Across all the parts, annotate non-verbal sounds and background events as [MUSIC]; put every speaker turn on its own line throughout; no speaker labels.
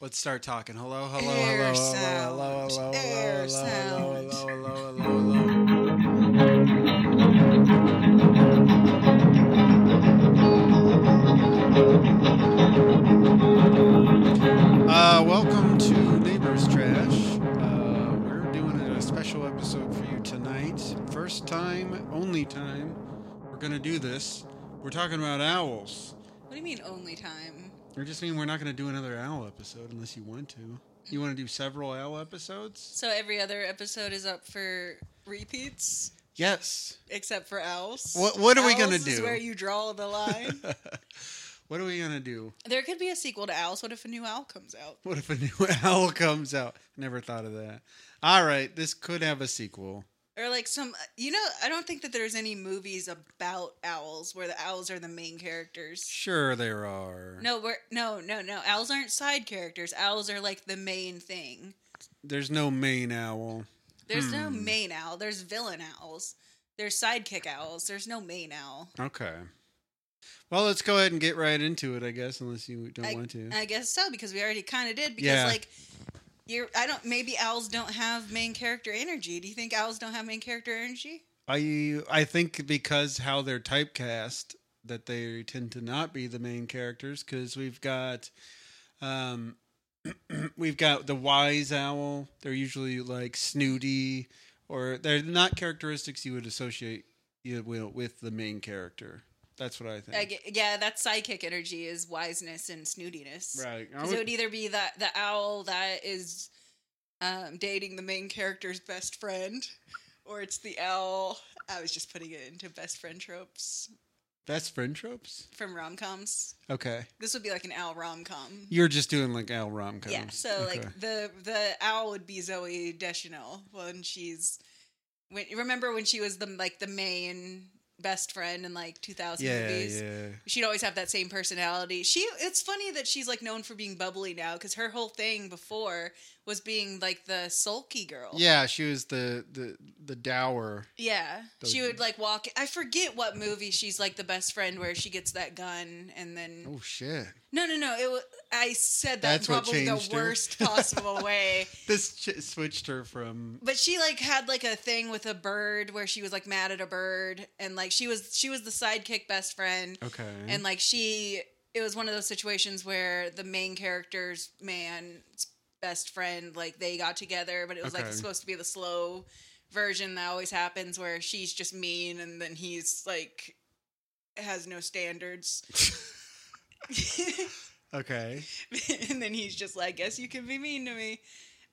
Let's start talking. Hello, hello,
Air
hello,
sound.
hello, hello, hello,
Air
hello, hello,
sound.
hello, hello, hello, hello, hello. Uh, welcome to Neighbors Trash. Uh, we're doing a special episode for you tonight. First time, only time. We're gonna do this. We're talking about owls.
What do you mean only time?
I just mean we're not gonna do another owl episode unless you want to. You want to do several owl episodes?
So every other episode is up for repeats,
Yes.
except for owls.
What- what are we
Owls
gonna
Is
do?
where you draw
[LAUGHS]
the line.
[LAUGHS] What are we gonna do?
there could be a sequel to Owls. What if a new owl comes out?
What if a new [LAUGHS] owl comes out? Never thought of that. All right, this could have a sequel.
Or like some, you know, I don't think that there's any movies about owls where the owls are the main characters.
Sure, there are.
No, we're no, no, no. Owls aren't side characters. Owls are like the main thing.
There's no main owl.
There's no
Hmm.
main owl. There's villain owls. There's sidekick owls. There's no main owl.
Okay. Well, let's go ahead and get right into it, I guess, unless you don't
I,
want to.
I guess so because we already kind of did because
Yeah.
like you're I don't maybe owls don't have main character energy. Do you think owls don't have main character energy?
I I think because how they're typecast that they tend to not be the main characters because we've got um [CLEARS THROAT] we've got the wise owl they're usually like snooty or they're not characteristics you would associate you know, with the main character that's what I think
I ge- yeah, that sidekick energy is wiseness and snootiness.
right I
'Cause it
would-
would either be that the owl that is um, dating the main character's best friend, or it's the owl. I was just putting it into best friend tropes e
best friend tropes
from rom coms.
okay
This would be like an owl rom com.
you're just doing like owl rom coms
Yeah. So
okay.
like the the owl would be Zoe Deschanel when she's when remember when she was the like the main best friend in like 2000
yeah
movies.
yeah
She'd always have that same personality. She it's funny that she's like known for being bubbly now cuz her whole thing before was being like the sulky girl.
yeah she was the the the dour
Yeah.
Those-
She would like walk I forget what movie she's like the best friend where she gets that gun and then
oh shit
No, no, no. It was, I said that
That's what
probably the
changed her.
worst
[LAUGHS]
possible way.
This ch- switched her from
but she like had like a thing with a bird where she was like mad at a bird and like she was she was the sidekick best friend
okay.
and like she it was one of those situations where the main character's man's best friend like they got together but it was like
Okay.
supposed to be the slow version that always happens where she's just mean and then he's like has no standards
okay,
[LAUGHS] and then he's just like, "Guess you can be mean to me."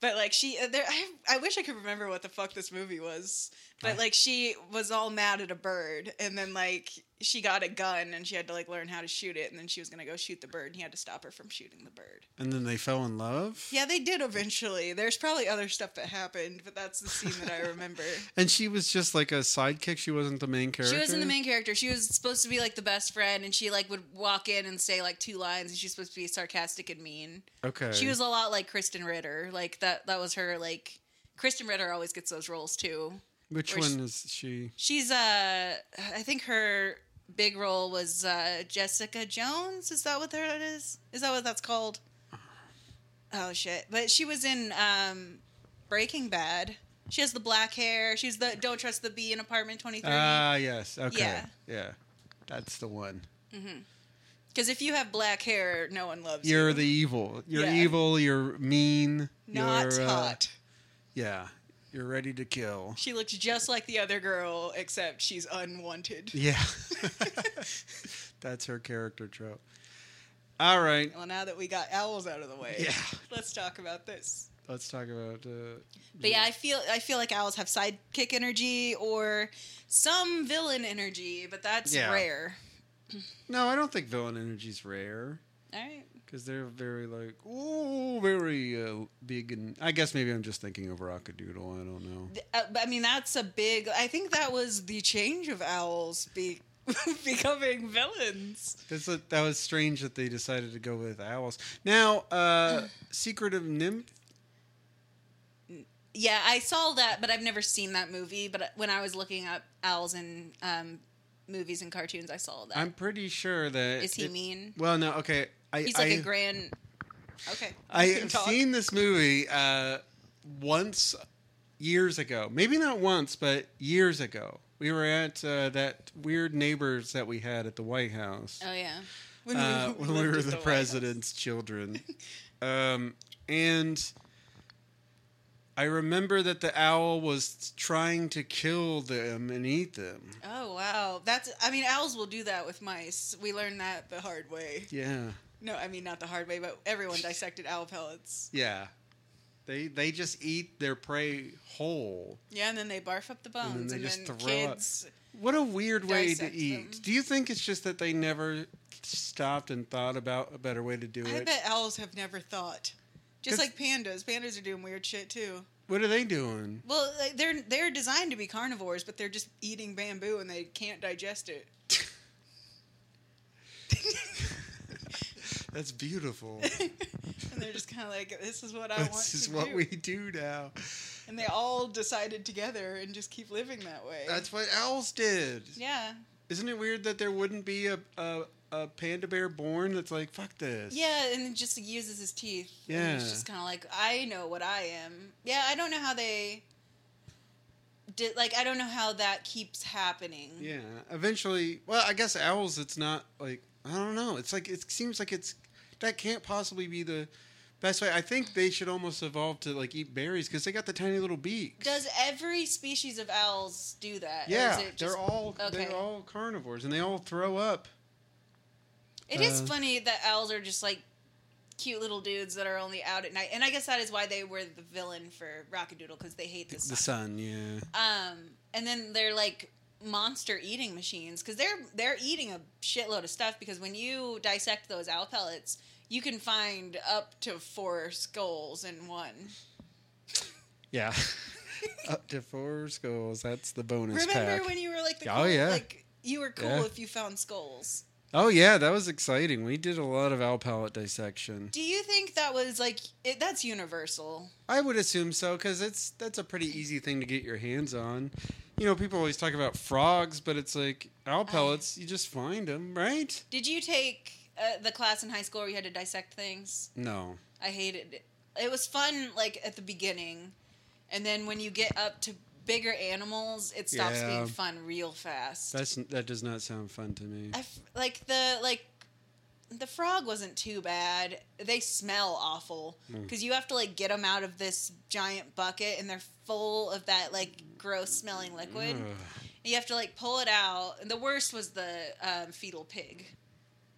But like she, uh, there, I, I wish I could remember what the fuck this movie was. But
Oh.
like she was all mad at a bird, and then like she got a gun and she had to like learn how to shoot it, and then she was gonna go shoot the bird, and he had to stop her from shooting the bird.
and then they fell in love.
Yeah, they did eventually. There's probably other stuff that happened, but that's the scene that I remember.
and she was just like a sidekick. She wasn't the main character.
She wasn't the main character. She was supposed to be like the best friend, and she like would walk in and say like two lines, and she's supposed to be sarcastic and mean.
Okay,
She was a lot like Kristen Ritter. Like that that was her like Kristen Ritter always gets those roles too.
Which
or she-
one is she?
She's uh I think her big role was uh Jessica Jones. Is that what that is? Is that what that's called? Oh shit. But she was in um Breaking Bad. She has the black hair. She's the Don't Trust the Bee in Apartment 2030.
Ah, yes. Okay, yeah.
Yeah.
that's the one.
Cuz if you have black hair, no one loves you.
You're the evil. You're
Yeah.
evil. You're mean.
Not
you're, uh,
hot.
yeah, you're ready to kill.
She looks just like the other girl except she's unwanted.
Yeah, [LAUGHS] that's her character trope. All right.
Well, now that we got owls out of the way,
Yeah,
let's talk about this.
let's talk about. Uh,
But yeah, I feel I feel like owls have sidekick energy or some villain energy, but that's
Yeah.
rare.
no, I don't think villain energy's rare.
All right.
Because they're very like, ooh, very uh, big, and I guess maybe I'm just thinking of Rockadoodle. I don't know.
Th- uh, but I mean, that's a big. I think that was the change of owls be, [LAUGHS] becoming villains.
That's a, that was strange that they decided to go with owls. Now,
[LAUGHS]
uh, secretive nymph.
Yeah, I saw that, but I've never seen that movie. But when I was looking up owls in um, movies and cartoons, I saw that.
I'm pretty sure that
Is he
it-
mean?
Well, no, okay. I,
He's like
I-
a grand Okay. [LAUGHS]
I
You can
have
talk.
seen this movie uh, once years ago. Maybe not once, but years ago. We were at uh, that weird neighbors that we had at the White House
Oh yeah.
uh,
[LAUGHS]
when we
lived
were
at
the,
White House.
president's children. Um, and I remember that the owl was trying to kill them and eat them.
Oh wow, that's. I mean, owls will do that with mice. We learned that the hard way.
Yeah.
No, I mean not the hard way, but everyone dissected owl pellets.
Yeah. They they just eat their prey whole.
Yeah, and then they barf up the bones,
then
and
they
then,
just throw it.
kids.
What a weird way to
Dissect
eat.
them.
Do you think it's just that they never stopped and thought about a better way to do
I
it?
bet owls have never thought. Just
'Cause-
like pandas, pandas are doing weird shit too.
What are they doing?
Well, like, they're they're designed to be carnivores, but they're just eating bamboo and they can't digest it.
That's beautiful.
And they're just kind of like, "This is what [LAUGHS] I
[LAUGHS]
want
this is
to
what
do."
we do now.
And they all decided together and just keep living that way.
That's what owls did.
yeah,
Isn't it weird that there wouldn't be a, a, a panda bear born that's like, fuck this?
yeah, and then just uses his teeth. and
Yeah.
he's just kind of like, "I know what I am." Yeah, I don't know how they did. Like, I don't know how that keeps happening.
Yeah. Eventually, well, I guess owls, it's not like, I don't know. It's like, it seems like it's, that can't possibly be the best way. I think they should almost evolve to like eat berries because they got the tiny little beaks.
Does every species of owls do that? or
Yeah,
is it
they're
just-
all
okay.
they're all carnivores, and they all throw up.
It is
Uh,
funny that owls are just like cute little dudes that are only out at night, and I guess that is why they were the villain for Rockadoodle because they hate the sun.
sun, yeah.
Um, and then they're like monster eating machines because they're they're eating a shitload of stuff because when you dissect those owl pellets, you can find up to four skulls in one.
Yeah. [LAUGHS] Up to four skulls. That's the bonus
Remember
pack.
when you were like the
Oh,
cool-
yeah.
like you were cool
Yeah.
if you found skulls.
oh yeah, that was exciting. We did a lot of owl palate dissection.
Do you think that was like it, that's universal?
I would assume so because it's that's a pretty easy thing to get your hands on. You know, people always talk about frogs, but it's like owl pellets. you just find them, right?
Did you take uh, the class in high school where you had to dissect things?
No.
I hated it. It was fun like at the beginning, and then when you get up to bigger animals, it stops
Yeah.
being fun real fast.
That's that does not sound fun to me.
I f- like the like the frog wasn't too bad. They smell awful
Mm.
because you have to like get them out of this giant bucket, and they're full of that like gross smelling liquid.
Ugh.
You have to like pull it out. And the worst was the um, fetal pig.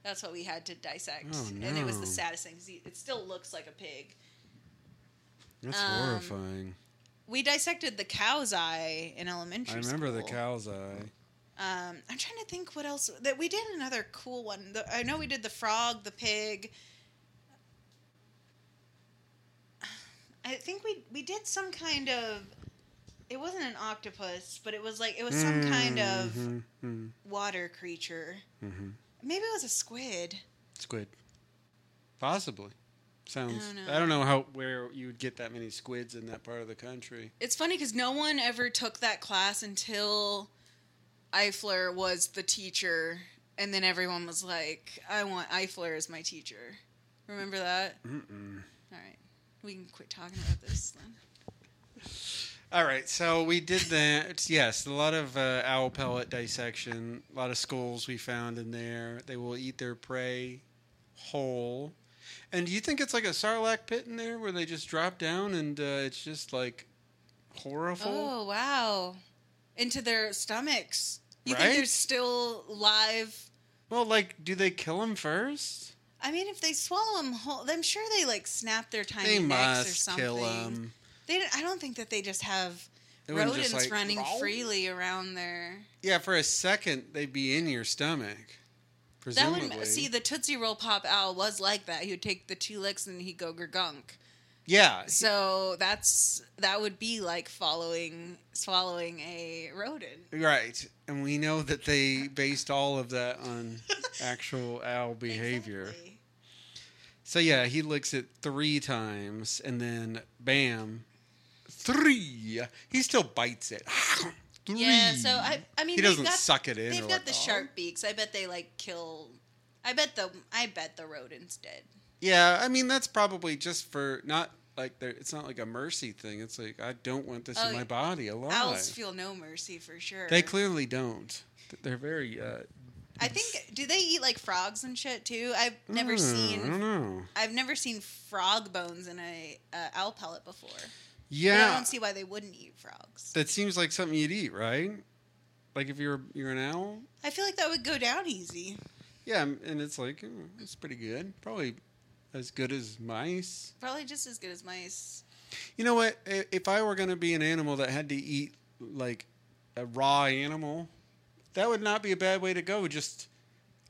That's what we had to dissect,
Oh,
and it was
no.
the saddest thing. 'cause he- It still looks like a pig.
That's
Um,
horrifying.
We dissected the cow's eye in elementary.
I remember the
school.
cow's eye.
Um, I'm trying to think what else that we did another cool one. The, I know we did the frog, the pig. [SIGHS] I think we we did some kind of. It wasn't an octopus, but it was like it was some kind of
Mhm, mhm.
water creature.
Mm-hmm.
Maybe it was a squid.
Squid. Possibly. Sounds.
I
I
don't
don't,
know.
know how where you would get that many squids in that part of the country.
It's funny because no one ever took that class until Eifler was the teacher, and then everyone was like, "I want Eifler as my teacher." Remember that?
Mm-mm.
All right, we can quit talking about this then.
All right, so we did that. yes, a lot of uh, owl pellet dissection. A lot of skulls we found in there. They will eat their prey whole. And do you think it's like a sarlacc pit in there where they just drop down and uh, it's just like horrible?
Oh wow! Into their stomachs. You think they're
Right?
still live?
Well, like, do they kill them first?
I mean, if they swallow them whole, I'm sure they like snap their tiny
They
necks or
must
something.
kill them.
They, don't- I don't think that they just have
They wouldn't
rodents
just, like,
running
"Wow."
freely around there.
Yeah, for a second they'd be in your stomach.
That
Presumably.
would see the Tootsie Roll Pop owl was like that. He would take the two licks and he'd go gurgunk.
yeah.
So that's that would be like following swallowing a rodent.
Right. And we know that they based all of that
[LAUGHS]
on actual owl behavior.
Exactly.
So yeah, he licks it three times and then bam. Three. He still bites it. [LAUGHS] three.
Yeah. So I I mean
he
they've
doesn't
got-
suck it in.
They've
or
got
like,
the
"Oh."
sharp beaks. I bet they like kill. I bet the I bet the rodent's dead.
Yeah, I mean that's probably just for not like there. It's not like a mercy thing. It's like I don't want this
Oh,
in my body alive.
Owls feel no mercy for sure.
They clearly don't. They're very. Uh,
I think do they eat like frogs and shit too? I've never
hmm, I don't
seen
know.
I've never seen frog bones in a uh, owl pellet before. But I
Yeah,
don't see why they wouldn't eat frogs.
that seems like something you'd eat, right? Like if you're you're an owl.
I feel like that would go down easy.
Yeah, and it's like mm, it's pretty good. Probably as good as mice.
Probably just as good as mice.
You know what? I- If I were going to be an animal that had to eat like a raw animal, that would not be a bad way to go. Just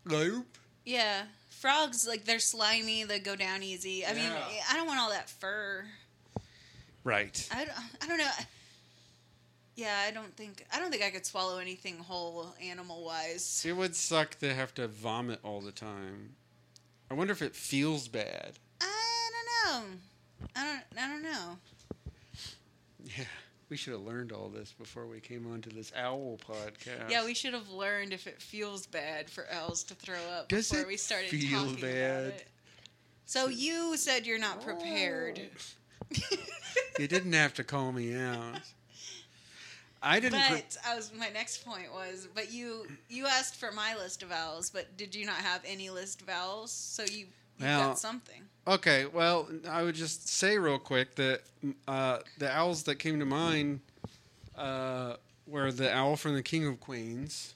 nope.
Yeah. Frogs like they're slimy, they go down easy. I mean,
Yeah.
I don't want all that fur.
Right.
I don't, I don't know. Yeah, I don't think I don't think I could swallow anything whole animal wise.
It would suck to have to vomit all the time. I wonder if it feels bad. [LAUGHS]
I don't know. I don't I don't know.
Yeah. We should have learned all this before we came onto this owl podcast.
Yeah, we should have learned if it feels bad for owls to throw up
Does
before
it
we started
feel
talking
bad?
about it. So you said you're not prepared.
you didn't have to call me out. I didn't. pre-
But I was my next point was, but you you asked for my list of vowels, but did you not have any list of vowels? So you you
Well,
got something.
Okay, well, I would just say real quick that uh, the owls that came to mind uh, were the owl from The King of Queens,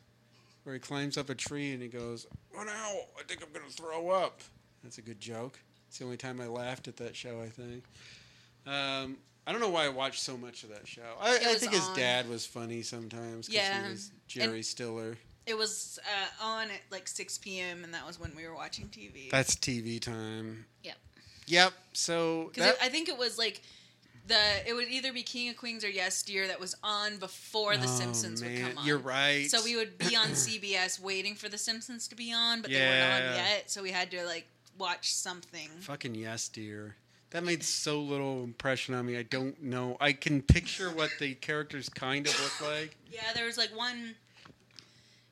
where he climbs up a tree and he goes, "An owl! I think I'm gonna throw up." That's a good joke. It's the only time I laughed at that show. I think. Um, I don't know why I watched so much of that show. I,
It
I
was
think his
on.
dad was funny sometimes. 'cause
Yeah,
he was Jerry Stiller.
It was uh, on at like 6 p.m. and that was when we were watching TV.
That's TV time.
Yep.
Yep. So
Because
that,
I think it was like the it would either be King of Queens or Yes Dear that was on before The
Oh,
Simpsons would
man,
come on.
You're right.
So we would be
[CLEARS THROAT]
on CBS waiting for The Simpsons to be on, but they weren't on
Yeah.
yet. So we had to like watch something.
Fucking yes, dear. That
[LAUGHS]
made so little impression on me. I don't know. I can picture what the characters kind of look like.
Yeah, there was like one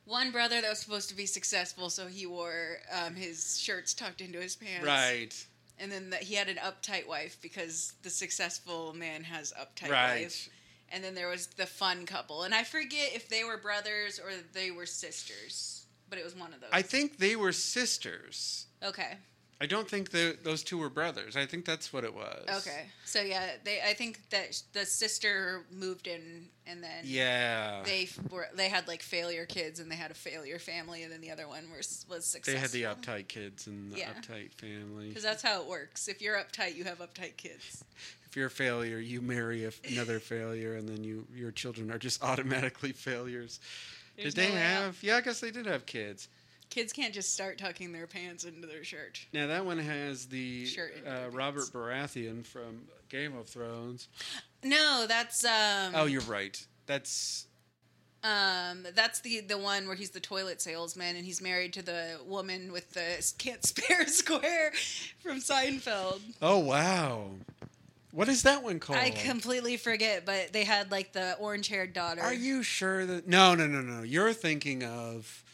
one brother that was supposed to be successful, so he wore um, his shirts tucked into his pants.
Right.
And then that he had an uptight wife because the successful man has uptight
Right.
wife. And then there was the fun couple, and I forget if they were brothers or they were sisters, but it was one of those.
I think they were sisters.
okay.
I don't think the, those two were brothers. I think that's what it was.
Okay. So yeah, they I think that the sister moved in and then
Yeah. They,
they f- were they had like failure kids and they had a failure family and then the other one was was successful.
had the uptight kids and the
Yeah.
uptight family.
Cuz that's how it works. If you're uptight, you have uptight kids.
If you're a failure, you marry
[LAUGHS]
a, another failure, and then you your children are just [LAUGHS] automatically failures.
There's
did they
no way out.
have? Yeah, I guess they did have kids.
Kids can't just start tucking their pants into their shirt.
Now that one has the
Sure, it
uh,
depends.
Robert Baratheon from Game of Thrones.
No, that's um
Oh, you're right. That's
um that's the the one where he's the toilet salesman and he's married to the woman with the can't [LAUGHS] spare square from Seinfeld.
oh wow. What is that one called?
I completely forget, but they had like the orange haired daughter.
Are you sure that no, no, no, no? You're thinking of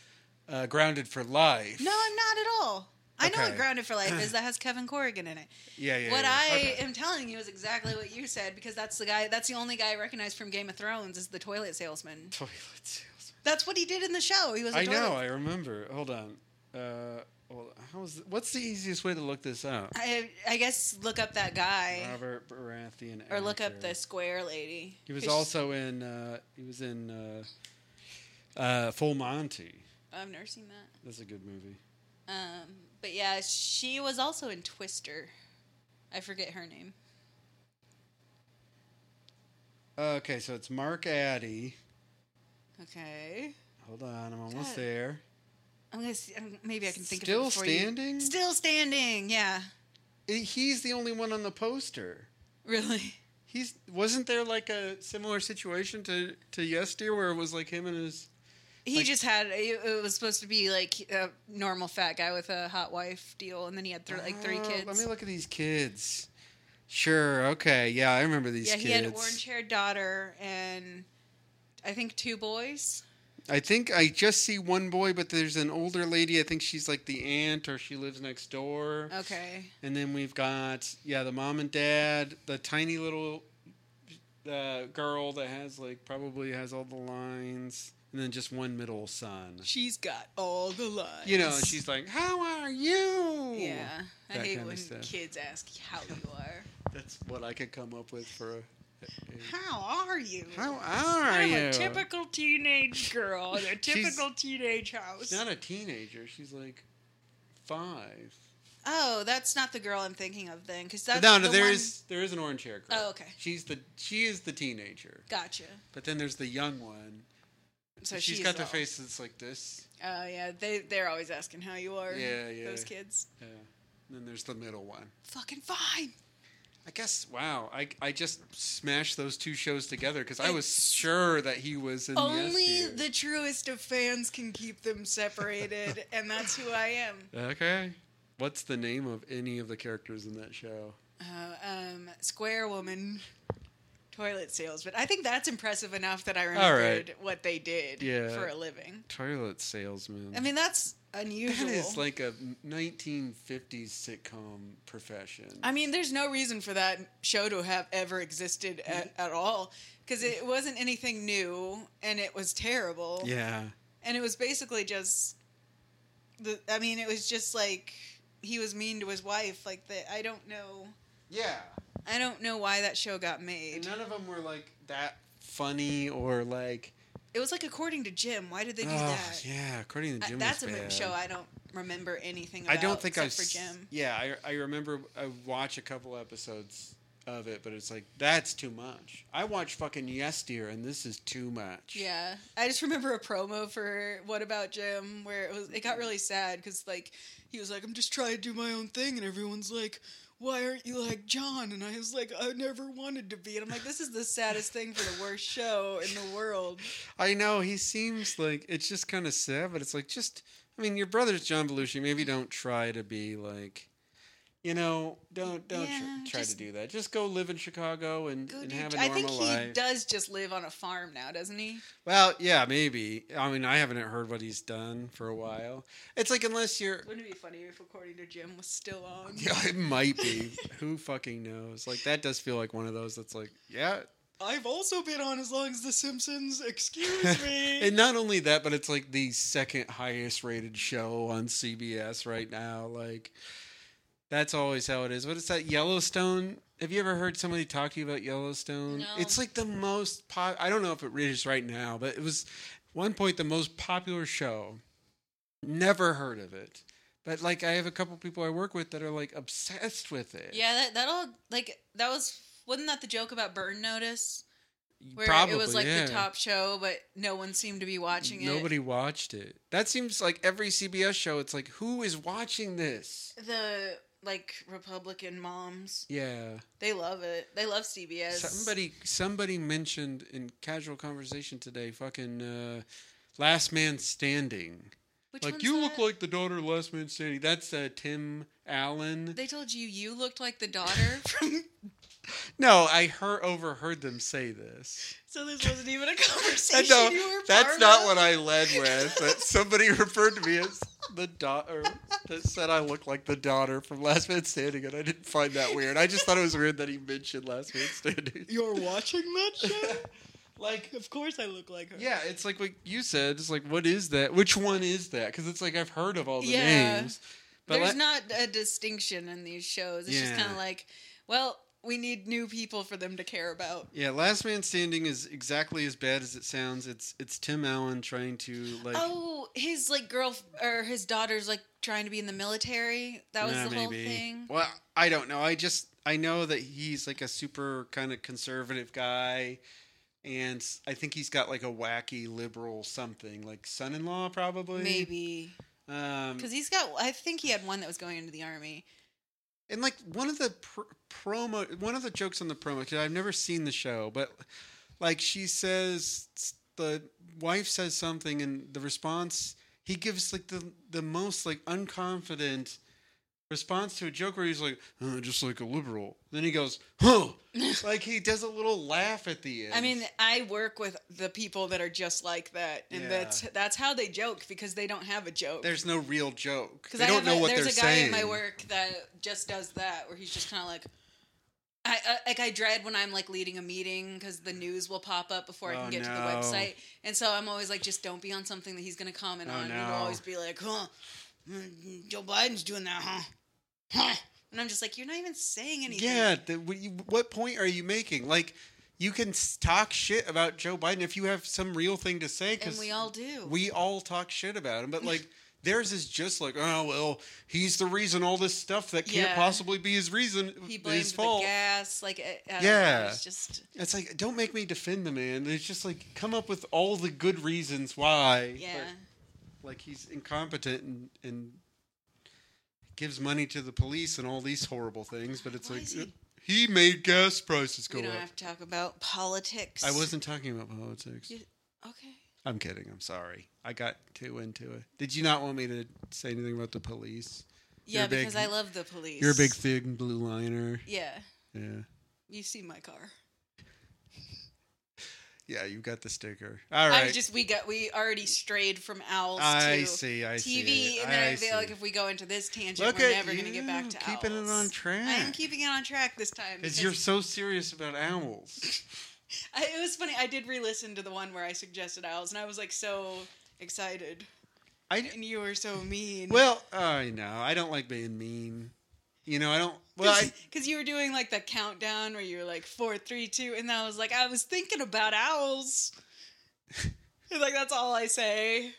uh, Grounded for Life.
No, I'm not at all. I know
Okay.
what Grounded for Life is. That has Kevin Corrigan in it.
Yeah, yeah.
what
yeah.
I
Okay.
am telling you is exactly what you said because that's the guy. That's the only guy I recognize from Game of Thrones is the toilet salesman.
toilet salesman.
That's what he did in the show. He was. A
I
toilet.
know. I remember. Hold on. Uh, hold on. How's what's the easiest way to look this up?
I, I guess look up that guy
Robert Baratheon.
or look up
actor.
the square lady.
He was
'Cause
also in. Uh, he was in uh, uh, Full Monty.
I'm nursing that.
That's a good movie.
Um, but yeah, she was also in Twister. I forget her name.
Okay, so it's Mark Addy.
Okay.
Hold on, I'm almost
God.
there.
I'm gonna see, um, maybe I can think
Still
of it before
standing?
You. Still standing. Yeah.
I- He's the only one on the poster.
Really.
He's wasn't there like a similar situation to to Yes Dear where it was like him and his
He
Like-
just had it it was supposed to be like a normal fat guy with a hot wife deal, and then he had th- like three
Oh,
kids.
Let me look at these kids. Sure, okay, yeah, I remember these
yeah,
kids.
he had an orange-haired daughter and I think two boys.
I think I just see one boy, but there's an older lady. I think she's like the aunt, or she lives next door.
Okay.
And then we've got yeah, the mom and dad, the tiny little uh, girl that has like probably has all the lines, and then just one middle son.
She's got all the lines.
You know, and she's like, "How are you?"
Yeah. I
That
hate
kinda
when
stuff.
kids ask
[LAUGHS]
how you are.
that's what I could come up with for. A, a-
How are you?
how are
I'm
you?
a typical teenage girl in a typical teenage house.
She's not a teenager. She's like five.
oh, that's not the girl I'm thinking of then, because that's
no,
the
no, there
one-
is there is an orange hair girl.
Oh, okay.
She's the she is the teenager,
Gotcha.
but then there's the young one.
So
she's
she
got
is
the
all-
face that's like this.
Oh yeah, they they're always asking how you are.
Yeah, yeah.
Those kids.
Yeah. And then there's the middle one.
Fucking fine.
I guess. Wow. I I just smashed those two shows together because I was
It's-
sure that he was in.
Only
Yes Dude.
the truest of fans can keep them separated, and that's who I am.
Okay. What's the name of any of the characters in that show?
Uh, um, Square Woman toilet sales, but I think that's impressive enough that I
All right.
remembered what they did
Yeah.
for a living.
Toilet salesman.
I mean, that's unusual.
that is like a 1950s sitcom profession.
I mean, there's no reason for that show to have ever existed at,
Mm-hmm.
at all because it wasn't anything new and it was terrible.
yeah.
And it was basically just the I mean, it was just like he was mean to his wife like the I don't know.
Yeah.
I don't know why that show got made.
And none of them were like that funny or like.
It was like according to Jim. Why did they do
Oh,
that?
yeah, according to
I-
Jim.
that's a
was
mo-
bad.
show I don't remember anything about
I don't think I.
except for
s-
Jim.
Yeah, I, I remember I watch a couple episodes of it, but it's like that's too much. I watch fucking Yes Dear, and this is too much.
Yeah, I just remember a promo for What About Jim where it was it got really sad because like he was like I'm just trying to do my own thing and everyone's like why aren't you like John and I was like I never wanted to be and I'm like this is the saddest thing for the worst show in the world.
I know he seems like it's just kind of sad, but it's like just. I mean, your brother's John Belushi. Maybe don't try to be like. You know, don't don't tr-
Yeah,
try to
just-
do that. Just go live in Chicago [LAUGHS] and,
Go
and
do-
have a
I
normal
think he
life.
does just live on a farm now, doesn't he?
Well, yeah, maybe. I mean, I haven't heard what he's done for a while. It's like unless you're,
Wouldn't it be funny if According to Jim was still on?
yeah, it might be. Who fucking knows? Like that does feel like one of those that's like, yeah.
I've also been on as long as The
[LAUGHS]
Simpsons. Excuse me.
And not only that, but it's like the second highest rated show on CBS right now. Like that's always how it is. But it's that Yellowstone. Have you ever heard somebody talk to you about Yellowstone?
No.
It's like the most pop. I don't know if it is right now, but it was one point the most popular show. Never heard of it. But like I have a couple people I work with that are like obsessed with it.
Yeah, that that'll like that was wasn't that the joke about Burn Notice where
Probably,
it was like
yeah.
the top show, but no one seemed to be watching it.
Nobody watched it. That seems like every CBS show. It's like who is watching this?
the like Republican moms
Yeah.
they love it. They love CBS.
Somebody somebody mentioned in casual conversation today, fucking uh, Last Man Standing.
Which
like
one's
you look
that?
like the daughter of Last Man Standing. That's uh, Tim Allen.
they told you you looked like the
[LAUGHS]
daughter from.
No, I heard overheard them say this.
So this wasn't even
[LAUGHS]
a
And
conversation.
no,
you were
that's
part
not
of?
what I led with. But [LAUGHS] somebody referred to me as the daughter that said I look like the daughter from Last Man Standing, and I didn't find that weird. I just thought it was weird that he mentioned Last Man Standing.
You're watching
[LAUGHS]
that show.
like
of course, I look like her.
Yeah, it's like what you said. It's like, what is that? Which one is that? Because it's like I've heard of all the
Yeah.
names, but
There's
like,
not a distinction in these shows. It's just
Yeah.
kind of like, well, we need new people for them to care about.
yeah, Last Man Standing is exactly as bad as it sounds. It's it's Tim Allen trying to like,
oh, his like girl or his daughter's like trying to be in the military. That was
Nah,
the whole
maybe.
thing.
Well, I don't know. I just I know that he's like a super kind of conservative guy, and I think he's got like a wacky liberal something like son-in-law probably
Maybe
Um,
because he's got. I think he had one that was going into the army.
And like one of the pr- promo, one of the jokes on the promo, because I've never seen the show, but like she says, the wife says something, and the response he gives like the the most like unconfident response to a joke where he's like, "Uh, just like a liberal. Then he goes,
[LAUGHS]
huh. like he does a little laugh at the end.
I mean, I work with the people that are just like that, and
Yeah.
that's that's how they joke because they don't have a joke.
there's no real joke.
Because
They don't know
a,
what
there's
they're
a guy
saying.
at my work that just does that, where he's just kind of like, I, I like I dread when I'm like leading a meeting because the news will pop up before I
Oh,
can get to the
no.
website, and so I'm always like, just don't be on something that he's gonna comment
Oh,
on. And
no.
He'll always be like, huh, mm, Joe Biden's doing that, huh? Huh? And I'm just like, you're not even saying anything.
Yeah, the, what you- what point are you making? Like, you can s- talk shit about Joe Biden if you have some real thing to say.
and
Because
we all do.
we all talk shit about him, but
[LAUGHS]
like theirs is just like, oh well, he's the reason all this stuff that can't
Yeah.
possibly be his reason,
he blamed
his fault.
the gas, like I- I don't know,
Yeah.
it's just
It's like, don't make me defend the man. It's just like, come up with all the good reasons why.
yeah.
But, like he's incompetent and and gives money to the police and all these horrible things. But it's
Why
like uh,
is he-
he made gas prices go
we
up.
don't have to talk about politics.
I wasn't talking about politics.
You- okay.
I'm kidding. I'm sorry. I got too into it. Did you not want me to say anything about the police? You're
Yeah,
a big-
because I love the police.
You're a big thin blue liner.
Yeah,
Yeah.
you see my car.
Yeah, you got the sticker. All
I
right.
just we got we already strayed from owls
I
to
see. I
TV,
see. it.
and then I,
I
feel
see.
like if we go into this tangent,
Look
we're
at
never going to get back
you,
to
keeping it
owls.
on track.
I am keeping it on track this time.
Because
because
you're so serious about
[LAUGHS]
owls.
I, it was funny. I did re-listen to the one where I suggested owls, and I was like so excited,
I
and you were so mean.
well, I know. I don't like being mean. You know, I don't. Well,
[LAUGHS]
I,
because you were doing like the countdown where you were like four, three, two, and I was like, I was thinking about owls. [LAUGHS] And, like that's all I say,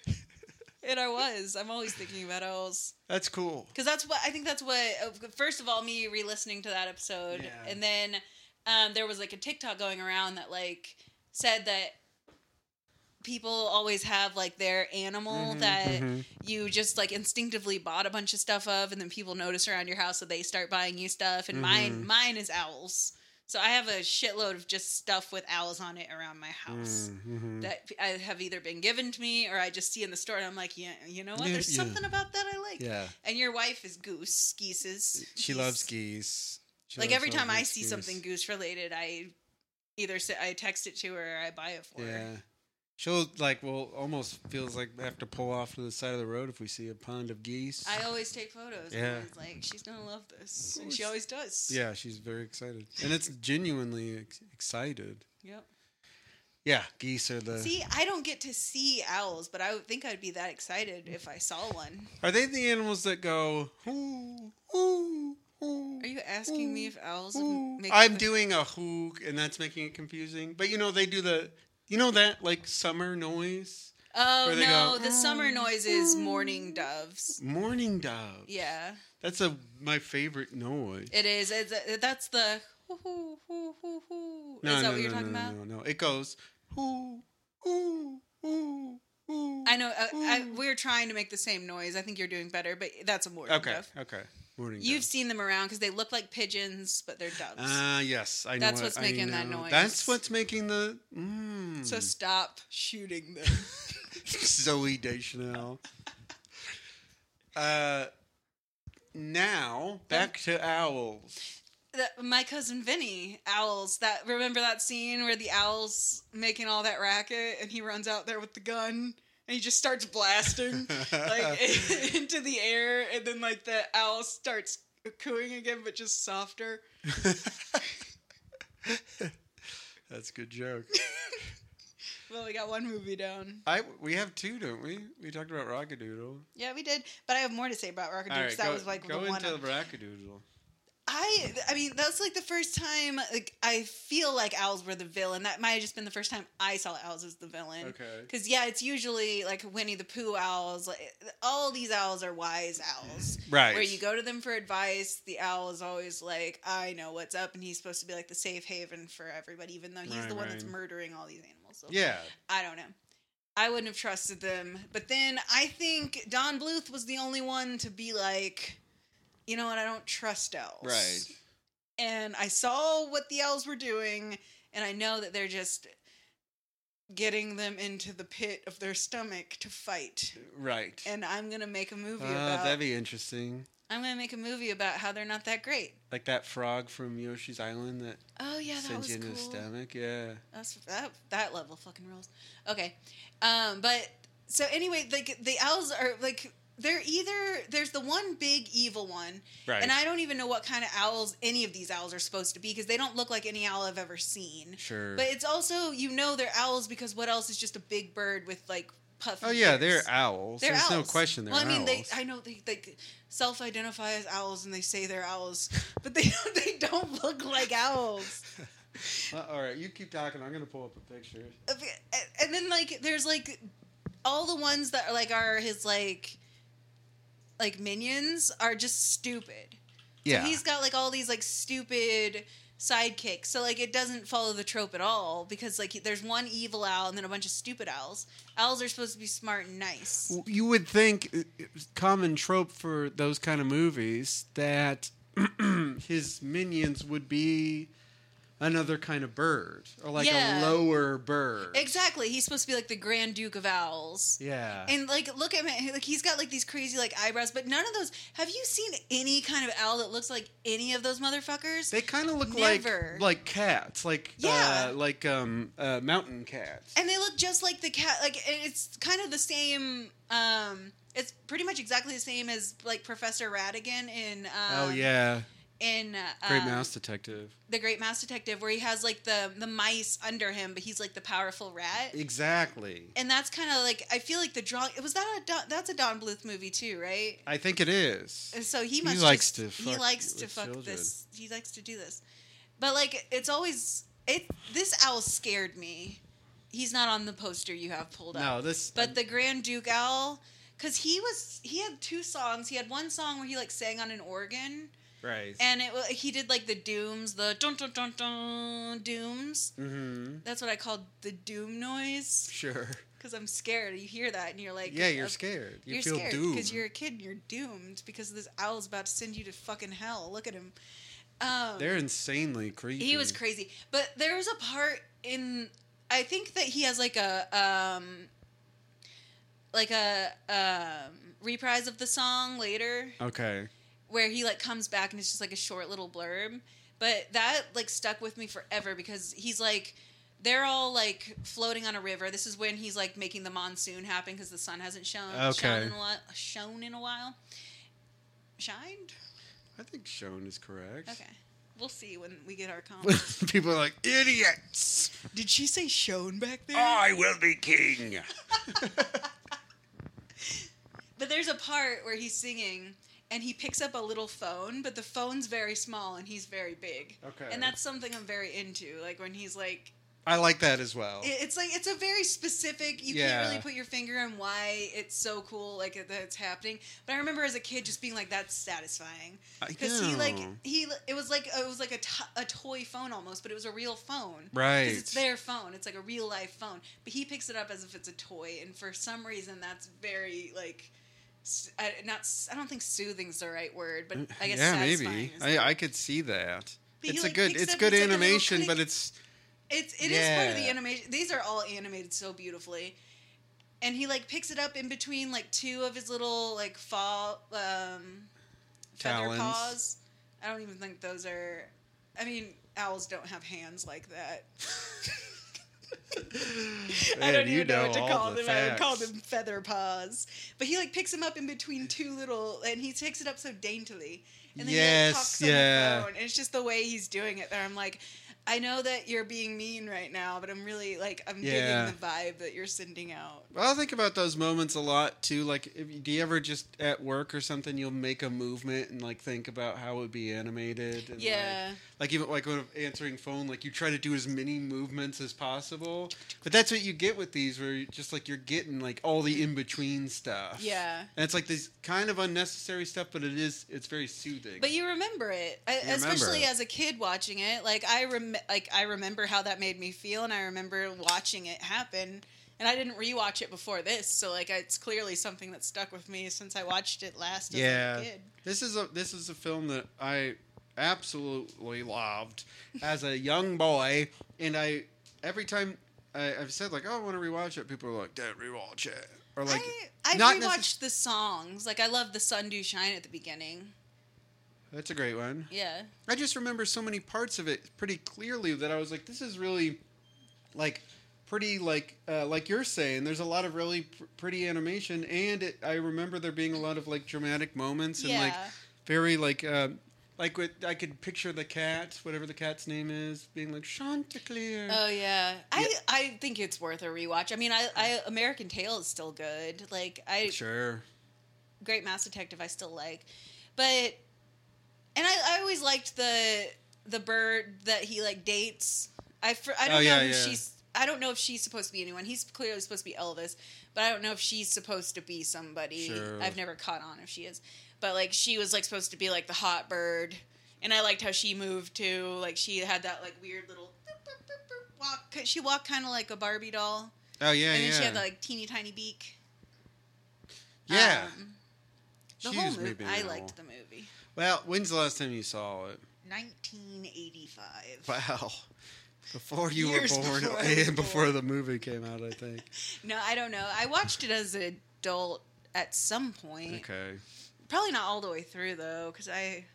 and I was. I'm always thinking about owls
that's cool.
because that's what I think. That's what. uh, First of all, me re-listening to that episode,
Yeah.
and then um, there was like a TikTok going around that like said that people always have like their animal that
Mhm.
you just like instinctively bought a bunch of stuff of and then people notice around your house so they start buying you stuff and
Mhm.
mine mine is owls so i have a shitload of just stuff with owls on it around my house
Mhm.
that i have either been given to me or i just see in the store and i'm like yeah you know what
Yeah,
there's
yeah.
something about that i like
Yeah,
and your wife is goose geeses
she
geese.
loves geese. She
like
loves
every
all
time i
those
see
geese.
something goose related i either say, i text it to her or i buy it for her
Yeah. She'll like well almost feels like have to pull off to the side of the road if we see a pond of geese.
I always take photos.
Yeah.
Yeah. And like, she's gonna love this,
Of
and she
course.
always does.
yeah, she's very excited, and it's genuinely ex- excited.
Yep.
Yeah, geese are the.
See, I don't get to see owls, but I would think I'd be that excited if I saw one.
Are they the animals that go? Hoo, hoo, hoo,
Are you asking me if owls
hoo?"
m- make?
I'm doing a hook, and that's making it confusing. But you know they do the, you know that like summer noise,
Oh
where they
no,
go,
the summer noise is morning doves.
morning dove.
Yeah,
that's a my favorite noise.
it is. It's a, that's the. Hoo, hoo, hoo, hoo, hoo.
no,
is that
no,
what you're
no,
talking
no,
about?
No, no, It goes. Hoo, hoo, hoo, hoo.
I know. Uh, I, we're trying to make the same noise. I think you're doing better, but that's a morning
Okay,
dove.
okay. Morning.
You've
dove.
seen them around because they look like pigeons, but they're doves.
Ah, yes, I know.
That's
it.
what's
I
making that
know.
noise.
That's what's making the. Mm.
[LAUGHS] so stop shooting them.
[LAUGHS] Zoe Deschanel. uh, now back to owls.
the, my cousin Vinny owls that remember that scene where the owls making all that racket and he runs out there with the gun and he just
[LAUGHS]
starts blasting like [LAUGHS] into the air and then like the owl starts cooing again but just softer
That's a good joke.
well we got one movie down
I we have two, don't we? We talked about Rockadoodle.
yeah we did but i have more to say about rocket
All right,
that
go,
was like the
go
one
into
I-
Rockadoodle.
I I mean that's like the first time like I feel like owls were the villain. That might have just been the first time I saw owls as the villain.
Okay.
Because yeah, it's usually like Winnie the Pooh owls. Like, all these owls are wise owls.
Mm, Right.
Where you go to them for advice, the owl is always like, "I know what's up," and he's supposed to be like the safe haven for everybody, even though he's
Right,
the one that's
right.
murdering all these animals. So
Yeah.
I don't know. I wouldn't have trusted them. But then I think Don Bluth was the only one to be like, you know what, I don't trust owls.
Right.
And I saw what the owls were doing, and I know that they're just getting them into the pit of their stomach to fight.
Right.
And I'm gonna make a movie
Oh,
about
that'd be interesting.
I'm gonna make a movie about how they're not that great.
Like that frog from Yoshi's Island that
Oh yeah, that
sends
was
you into
cool.
the stomach. Yeah.
That's that that level fucking rules. Okay, um, but so anyway, like the elves are like they're either there's the one big evil one,
Right.
and I don't even know what kind of owls any of these owls are supposed to be because they don't look like any owl I've ever seen.
Sure.
But it's also you know they're owls because what else is just a big bird with like puffy.
oh yeah,
ears?
they're owls.
They're
There's
owls.
no question they're
well, I mean,
owls.
they I know they like self-identify as owls and they say they're owls, but they [LAUGHS] they don't look like owls.
Uh, all right, you keep talking. I'm gonna pull up a picture.
and then like there's like all the ones that are like are his like like minions are just stupid. So
Yeah.
he's got like all these like stupid sidekicks. So like it doesn't follow the trope at all because like there's one evil owl and then a bunch of stupid owls. Owls are supposed to be smart and nice.
you would think uh, common trope for those kind of movies that [CLEARS THROAT] his minions would be another kind of bird or like a
Yeah.
lower bird.
Exactly. He's supposed to be like the Grand Duke of Owls.
Yeah.
And like, look at him. Like, he's got like these crazy like eyebrows, but none of those. Have you seen any kind of owl that looks like any of those motherfuckers?
they kind of look
Never.
like like cats, like
Yeah.
uh, like um uh, mountain cats.
and they look just like the cat like and it's kind of the same um it's pretty much exactly the same as like professor radigan in um,
oh yeah,
in uh,
Great
um,
Mouse Detective.
the great mouse detective where he has like the the mice under him but he's like the powerful rat
Exactly.
and that's kind of like i feel like the drawing was that a Don, that's a don bluth movie too right
I think it is.
And so he must
likes
just-
to
he
fuck
likes to
with
fuck
children.
this he likes to do this but like it's always it this owl scared me he's not on the poster you have pulled up
No, this.
But the Grand Duke Owl, because he was he had two songs. He had one song where he like sang on an organ,
uh, right.
and it wa- he did like the dooms, the dun dun dun dun dooms.
mm-hmm.
That's what I called the doom noise
Sure.
because I'm scared. You hear that and you're like,
Yeah, you're
uh,
scared. You
You're
feel
scared
doomed.
because you're a kid and you're doomed because this owl's about to send you to fucking hell. Look at him. Um,
They're insanely creepy.
he was crazy but there was a part in i think that he has like a um like a um reprise of the song later
Okay.
where he like comes back and it's just like a short little blurb but that like stuck with me forever because he's like they're all like floating on a river this is when he's like making the monsoon happen because the sun hasn't shown shown,
Okay.
in a while, shown in a while shined
I think Sean is correct.
okay we'll see when we get our comments
[LAUGHS] People are like,
[LAUGHS]
idiots!
did she say shown back there
will be king!
But there's a part where he's singing and he picks up a little phone, but the phone's very small and he's very big.
Okay.
And that's something I'm very into. Like when he's like,
I like that as well.
it- it's like it's a very specific. You
Oh. Yeah.
can't really put your finger on why it's so cool, like that it's happening. But I remember as a kid just being like, that's satisfying
I
because he like
know.
he it was like it was like a, to- a toy phone almost, but it was a real phone.
Right.
Because it's their phone. It's like a real life phone. But he picks it up as if it's a toy, and for some reason, that's very like, s- I, not. s- I don't think soothing's the right word, but I
Mm,
guess
yeah,
satisfying
maybe.
is-
I, I could see that.
But he,
it's
like,
a good,
picks
it's
up-
good
it's like a little
animation,
click.
but it's
[LAUGHS] It's it is part of the
Yeah.
animation. These are all animated so beautifully. And he like picks it up in between like two of his little like fall um feather
Talons.
paws. I don't even think those are I mean, owls don't have hands like that. [LAUGHS] I
Man,
don't
you
even know, what to
all
call
the
them. I would call
facts.
them feather paws. But he like picks them up in between two little and he takes it up so daintily. And then he like,
Yes,
talks on
yeah.
the phone. And it's just the way he's doing it there. I'm like, I know that you're being mean right now, but I'm really like I'm
Yeah.
getting the vibe that you're sending out.
Well, I think about those moments a lot too. Like, if, you- do you ever just at work or something, you'll make a movement and like think about how it would be animated? And,
Yeah.
Like, like even like when answering phone, like you try to do as many movements as possible. But that's what you get with these, where you just like you're getting like all the in between stuff.
Yeah.
And it's like this kind of unnecessary stuff, but it is it's very soothing.
But you remember it, I,
remember
especially
it.
as a kid watching it. Like I rem- like I remember how that made me feel, and I remember watching it happen. And I didn't rewatch it before this, so like it's clearly something that stuck with me since I watched it last as
yeah.
a kid.
This is a this is a film that I absolutely loved as a young boy, and I every time I, I've said like, "Oh, I want to rewatch it," people are like, "Don't rewatch it." or like
I, I
not
rewatched
necess-
the songs. Like I love the sun do shine at the beginning.
that's a great one.
Yeah.
I just remember so many parts of it pretty clearly that I was like, this is really like pretty like uh, like you're saying. There's a lot of really pr- pretty animation, and it, I remember there being a lot of like dramatic moments and like
Yeah.
very like. Uh, like with, I could picture the cat, whatever the cat's name is, being like Chanticleer.
Oh yeah. I I think it's worth a rewatch. I mean, I, I American Tail is still good. Like I
sure.
Great Mouse Detective I still like. But and I, I always liked the the bird that he like dates. I fr- I don't
Oh,
know
yeah,
who
yeah.
she's I don't know if she's supposed to be anyone. He's clearly supposed to be Elvis, but I don't know if she's supposed to be somebody.
Sure.
I've never caught on if she is. But like she was like supposed to be like the hot bird. And I liked how she moved too. Like she had that like weird little boop, boop, boop, boop walk. 'Cause She walked kind of like a Barbie doll.
Oh yeah,
And
yeah,
then she had the like teeny tiny beak.
yeah.
Um,
She
the whole
was
movie.
maybe
I
an
liked
owl.
the movie.
Well, when's the last time you saw it?
1985.
Wow, before you
Years
were born
before I
[LAUGHS]
was
and before
born.
the movie came out, I think.
No, I don't know. I watched it as an adult at some point.
Okay.
Probably not all the way through though, because I,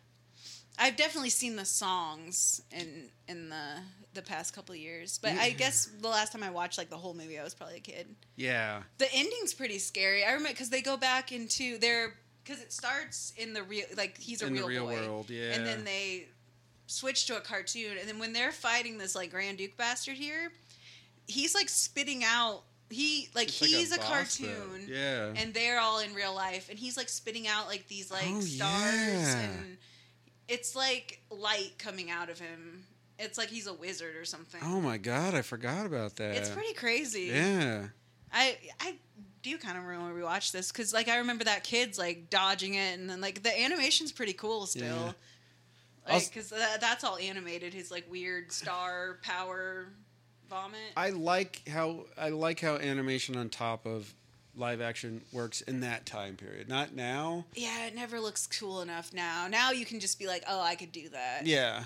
I've definitely seen the songs in in the the past couple of years. But I
Yeah.
guess the last time I watched like the whole movie, I was probably a kid.
Yeah.
The ending's pretty scary. I remember because they go back into their because it starts in the real like he's a
In the real
real, boy,
world, yeah.
and then they switch to a cartoon, and then when they're fighting this like Grand Duke bastard here, he's like spitting out he like
It's like
he's a,
boss that-
cartoon,
Yeah.
and they're all in real life, and he's like spitting out like these like
Oh,
stars,
yeah.
and it's like light coming out of him. It's like he's a wizard or something.
oh my god, I forgot about that.
It's pretty crazy.
Yeah.
I I do kind of want to rewatch this because like I remember that kid's like dodging it, and then like the animation's pretty cool
Yeah.
still. Like
Also-
'cause because that's all animated. His like weird star power vomit.
I like how I like how animation on top of live action works in that time period. Not now.
yeah, it never looks cool enough now. Now you can just be like, oh, I could do that.
Yeah.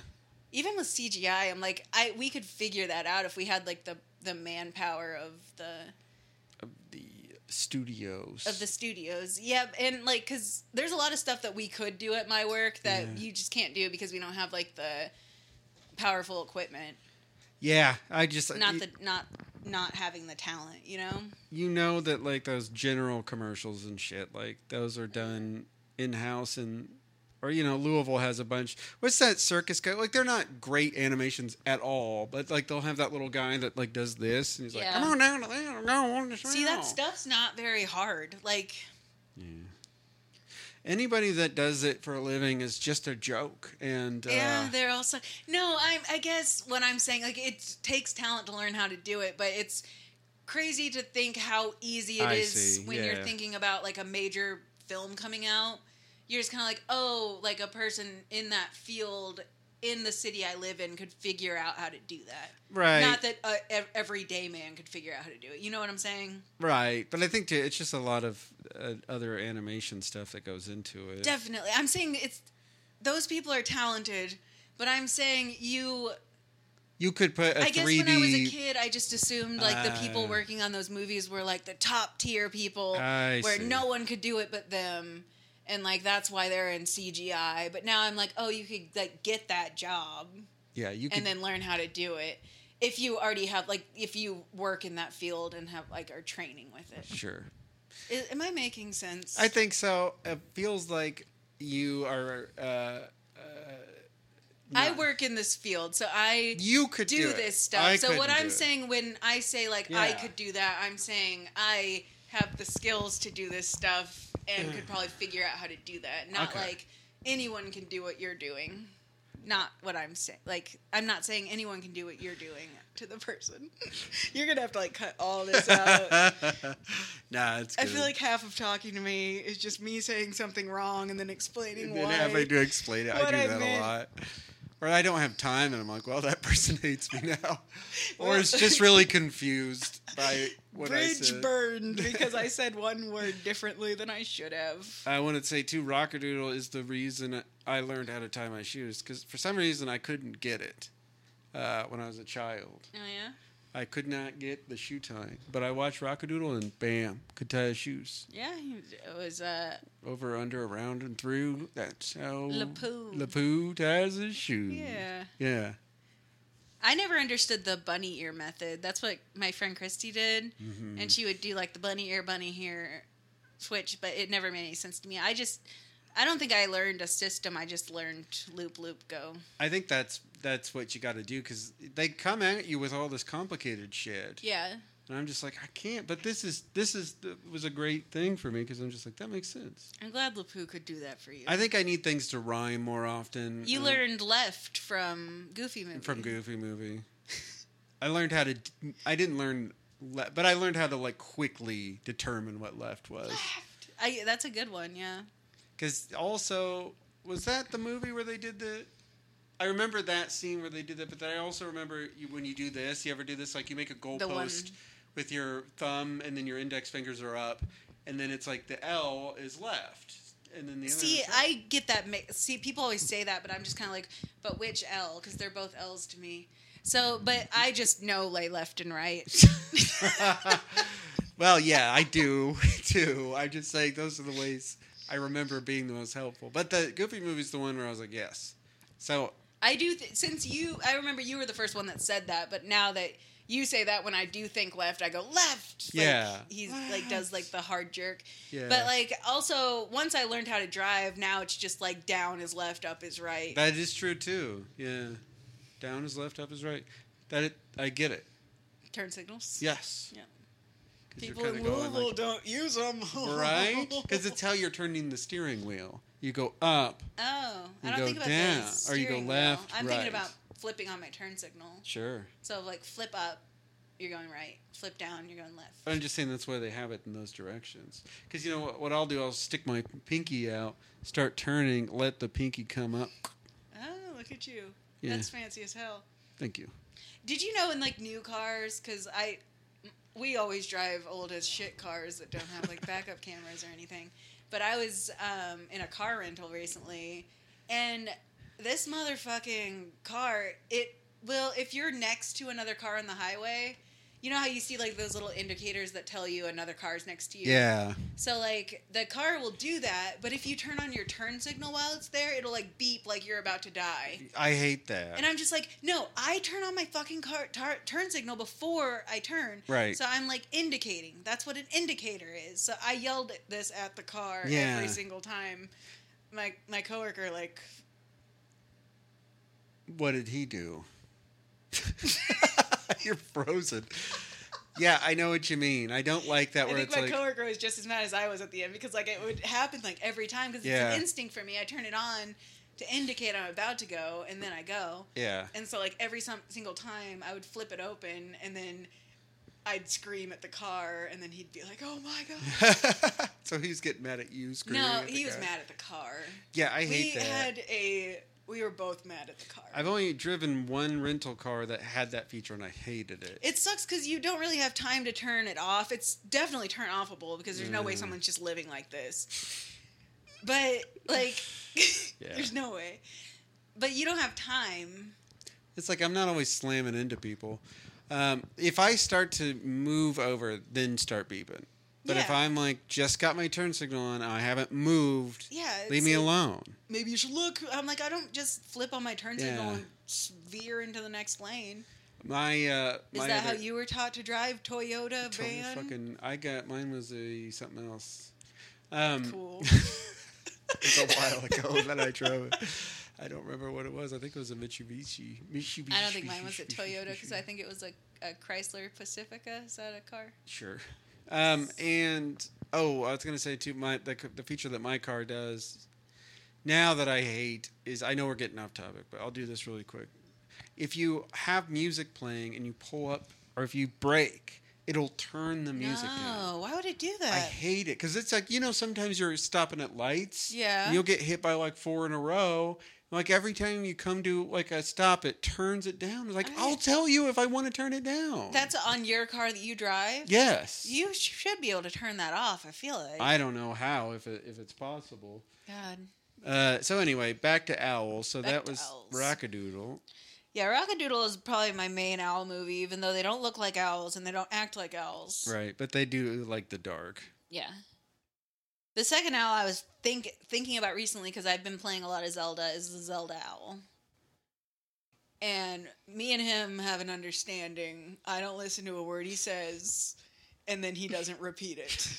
Even with CGI, I'm like, I we could figure that out if we had like the the manpower of the
The studios.
of the studios. Yep, and like because there's a lot of stuff that we could do at my work that
Yeah.
you just can't do because we don't have like the powerful equipment.
yeah, I just
Not
you,
the not not having the talent, you know.
you know that like those general commercials and shit like those are done in house and or you know Louisville has a bunch. What's that circus guy? Like they're not great animations at all, but like they'll have that little guy that like does this and he's like,
Yeah.
"Come on down to there, go on this
See, that
round."
stuff's not very hard. Like,
Anybody that does it for a living is just a joke, and uh,
yeah, they're also no. I'm. I guess what I'm saying, like, it takes talent to learn how to do it, but it's crazy to think how easy it is
I see,
when
yeah.
you're thinking about like a major film coming out. You're just kind of like, oh, like a person in that field in the city I live in could figure out how to do that.
right,
Not that a ev- everyday man could figure out how to do it. You know what I'm saying?
right. But I think too, it's just a lot of uh, other animation stuff that goes into it.
Definitely. I'm saying it's those people are talented, but I'm saying you
you could put a
I guess
3D.
when I was a kid, I just assumed like the
Ah.
people working on those movies were like the top tier people
I
where
see.
no one could do it but them. And like that's why they're in CGI. But now I'm like, oh, you could like get that job
yeah, you could
and then learn how to do it if you already have like if you work in that field and have like are training with it.
sure.
Is, am I making sense?
I think so. It feels like you are. Uh,
I
not-
work in this field, so I
You could do,
do
it.
this stuff.
I
so
couldn't
what
do
I'm
it.
saying when I say like I
Yeah.
could do that, I'm saying I have the skills to do this stuff and could probably figure out how to do that. Not
Okay.
like anyone can do what you're doing. Not what I'm saying. Like I'm not saying anyone can do what you're doing to the person. [LAUGHS] you're gonna have to like cut all
[LAUGHS]
this out.
[LAUGHS] nah, it's. Good.
I feel like half of talking to me is just me saying something wrong and then explaining
And
why.
then having to explain it, I
what
do
I
that a
meant.
lot. Or I don't have time, and I'm like, well, that person [LAUGHS] hates me now,
[LAUGHS]
or
Well-
is just really confused by what I
Bridge
said. [LAUGHS]
burned because I said one word differently than I should have.
I want to say too, Rockadoodle is the reason I learned how to tie my shoes because for some reason I couldn't get it uh, when I was a child.
Oh yeah.
I could not get the shoe tie, but I watched Rockadoodle and bam, could tie his shoes
Yeah, he was- it was uh,
over, under, around, and through. That's how
Lapoo.
Lapoo ties his shoes.
Yeah.
yeah.
I never understood the bunny ear method. That's what my friend Christy did,
Mm-hmm.
and she would do like the bunny ear, bunny here, switch. But it never made any sense to me. I just, I don't think I learned a system. I just learned loop, loop, go.
I think that's that's what you got to do because they come at you with all this complicated shit.
Yeah,
And I'm just like, I can't. But this is this is the, was a great thing for me because I'm just like, that makes sense.
I'm glad Lapoo could do that for you.
I think I need things to rhyme more often.
you
uh,
learned left from Goofy movie.
from Goofy movie. I learned how to. d- I didn't learn, le- but I learned how to like quickly determine what left was.
I, that's a good one. Yeah.
Because also, was that the movie where they did the? I remember that scene where they did that, but then I also remember you, when you do this. You ever do this? Like you make a
one-
goalpost with your thumb, and then your index fingers are up, and then it's like the L is left, and then the other
See,
is right.
I get that. mi- See, people always say that, but I'm just kind of like, but which L? Because they're both L's to me. So, but I just know lay left
[LAUGHS]
and right.
well, yeah, I do [LAUGHS] too. I'm just saying those are the ways I remember being the most helpful. But the Goofy movie's the one where I was like, yes. So
I do th- since you. I remember you were the first one that said that, but now that you say that, when I do think left, I go left. Like,
Yeah.
he's like does like the hard jerk.
Yeah.
But like also once I learned how to drive, now it's just like down is left, up is right.
that is true too. Yeah, down is left, up is right. That it, I get it.
Turn signals.
Yes.
Yeah.
'Cause you're
People in
kinda going
Louisville don't use them.
like- right?
[LAUGHS]
Because it's how you're turning the steering wheel. You go up.
Oh, I
You
don't
go
think about
down,
the
or you go
steering
left,
wheel. I'm
right.
thinking about flipping on my turn signal.
Sure.
So like flip up, you're going right. Flip down, you're going left.
I'm just saying that's why they have it in those directions. Because you know what, what I'll do? I'll stick my pinky out, start turning, let the pinky come up.
Oh, look at you.
Yeah.
That's fancy as hell.
Thank you.
Did you know in like new cars? Because I, we always drive old as shit cars that don't have like backup cameras or anything. But I was um, in a car rental recently, and this motherfucking car, it will if you're next to another car on the highway. You know how you see like those little indicators that tell you another car's next to you.
Yeah.
So like the car will do that, but if you turn on your turn signal while it's there, it'll like beep like you're about to die.
I hate that.
And I'm just like, no, I turn on my fucking car tar- turn signal before I turn.
Right.
So I'm like indicating. That's what an indicator is. So I yelled at this at the car
Yeah.
every single time. My my coworker like,
what did he do? [LAUGHS] You're frozen. Yeah, I know what you mean. I don't like that
I
where
think
it's
my
like
coworker was just as mad as I was at the end because like it would happen like every time because
Yeah.
it's an instinct for me. I turn it on to indicate I'm about to go, and then I go.
yeah.
And so, like, every some, single time I would flip it open and then I'd scream at the car, and then he'd be like, oh my God.
[LAUGHS] so he's getting mad at you. Screaming
no,
at the
he was
guy.
mad at the car.
Yeah, I
we
hate that.
had a. We were both mad at the car.
I've only driven one rental car that had that feature, and I hated it.
it sucks because you don't really have time to turn it off. It's definitely turn offable because there's no way
Mm.
someone's just living like this. But, like, [LAUGHS]
Yeah.
there's no way. But you don't have time.
It's like I'm not always slamming into people. Um, if I start to move over, then start beeping. But if
Yeah.
I'm like just got my turn signal on, I haven't moved.
Yeah.
leave
it's
me
like-
alone.
maybe you should look. I'm like, I don't just flip on my turn signal
Yeah.
and s- veer into the next lane.
My uh,
Is
my
that
other-
how you were taught to drive Toyota
totally
van?
fucking? I got mine was a something else. Um,
cool.
[LAUGHS] It's a
[LAUGHS]
while ago that I drove it. I don't remember what it was. I think it was a Mitsubishi. Mitsubishi.
I don't think mine was a Toyota because I think it was a, a Chrysler Pacifica. Is that a car?
Sure. Um, and oh, I was gonna say too. My the, the feature that my car does now that I hate is I know we're getting off topic, but I'll do this really quick. If you have music playing and you pull up, or if you brake, it'll turn the music down.
no, why would it do
I
that?
hate it because it's like you know sometimes you're stopping at lights.
Yeah.
and you'll get hit by like four in a row. Like every time you come to like a stop, it turns it down. It's Like
I-
I'll tell you if I want to turn it down.
That's on your car that you drive.
yes.
You sh- should be able to turn that off. I feel like.
I don't know how if it, if it's possible.
God.
Uh, so anyway, back to Owl. So
Back
that
to
was
owls.
Rockadoodle.
Yeah, Rockadoodle is probably my main owl movie, even though they don't look like owls and they don't act like owls.
Right, but they do like the dark.
Yeah. The second owl I was think thinking about recently because I've been playing a lot of Zelda is the Zelda owl. And me and him have an understanding. I don't listen to a word he says, and then he doesn't repeat it.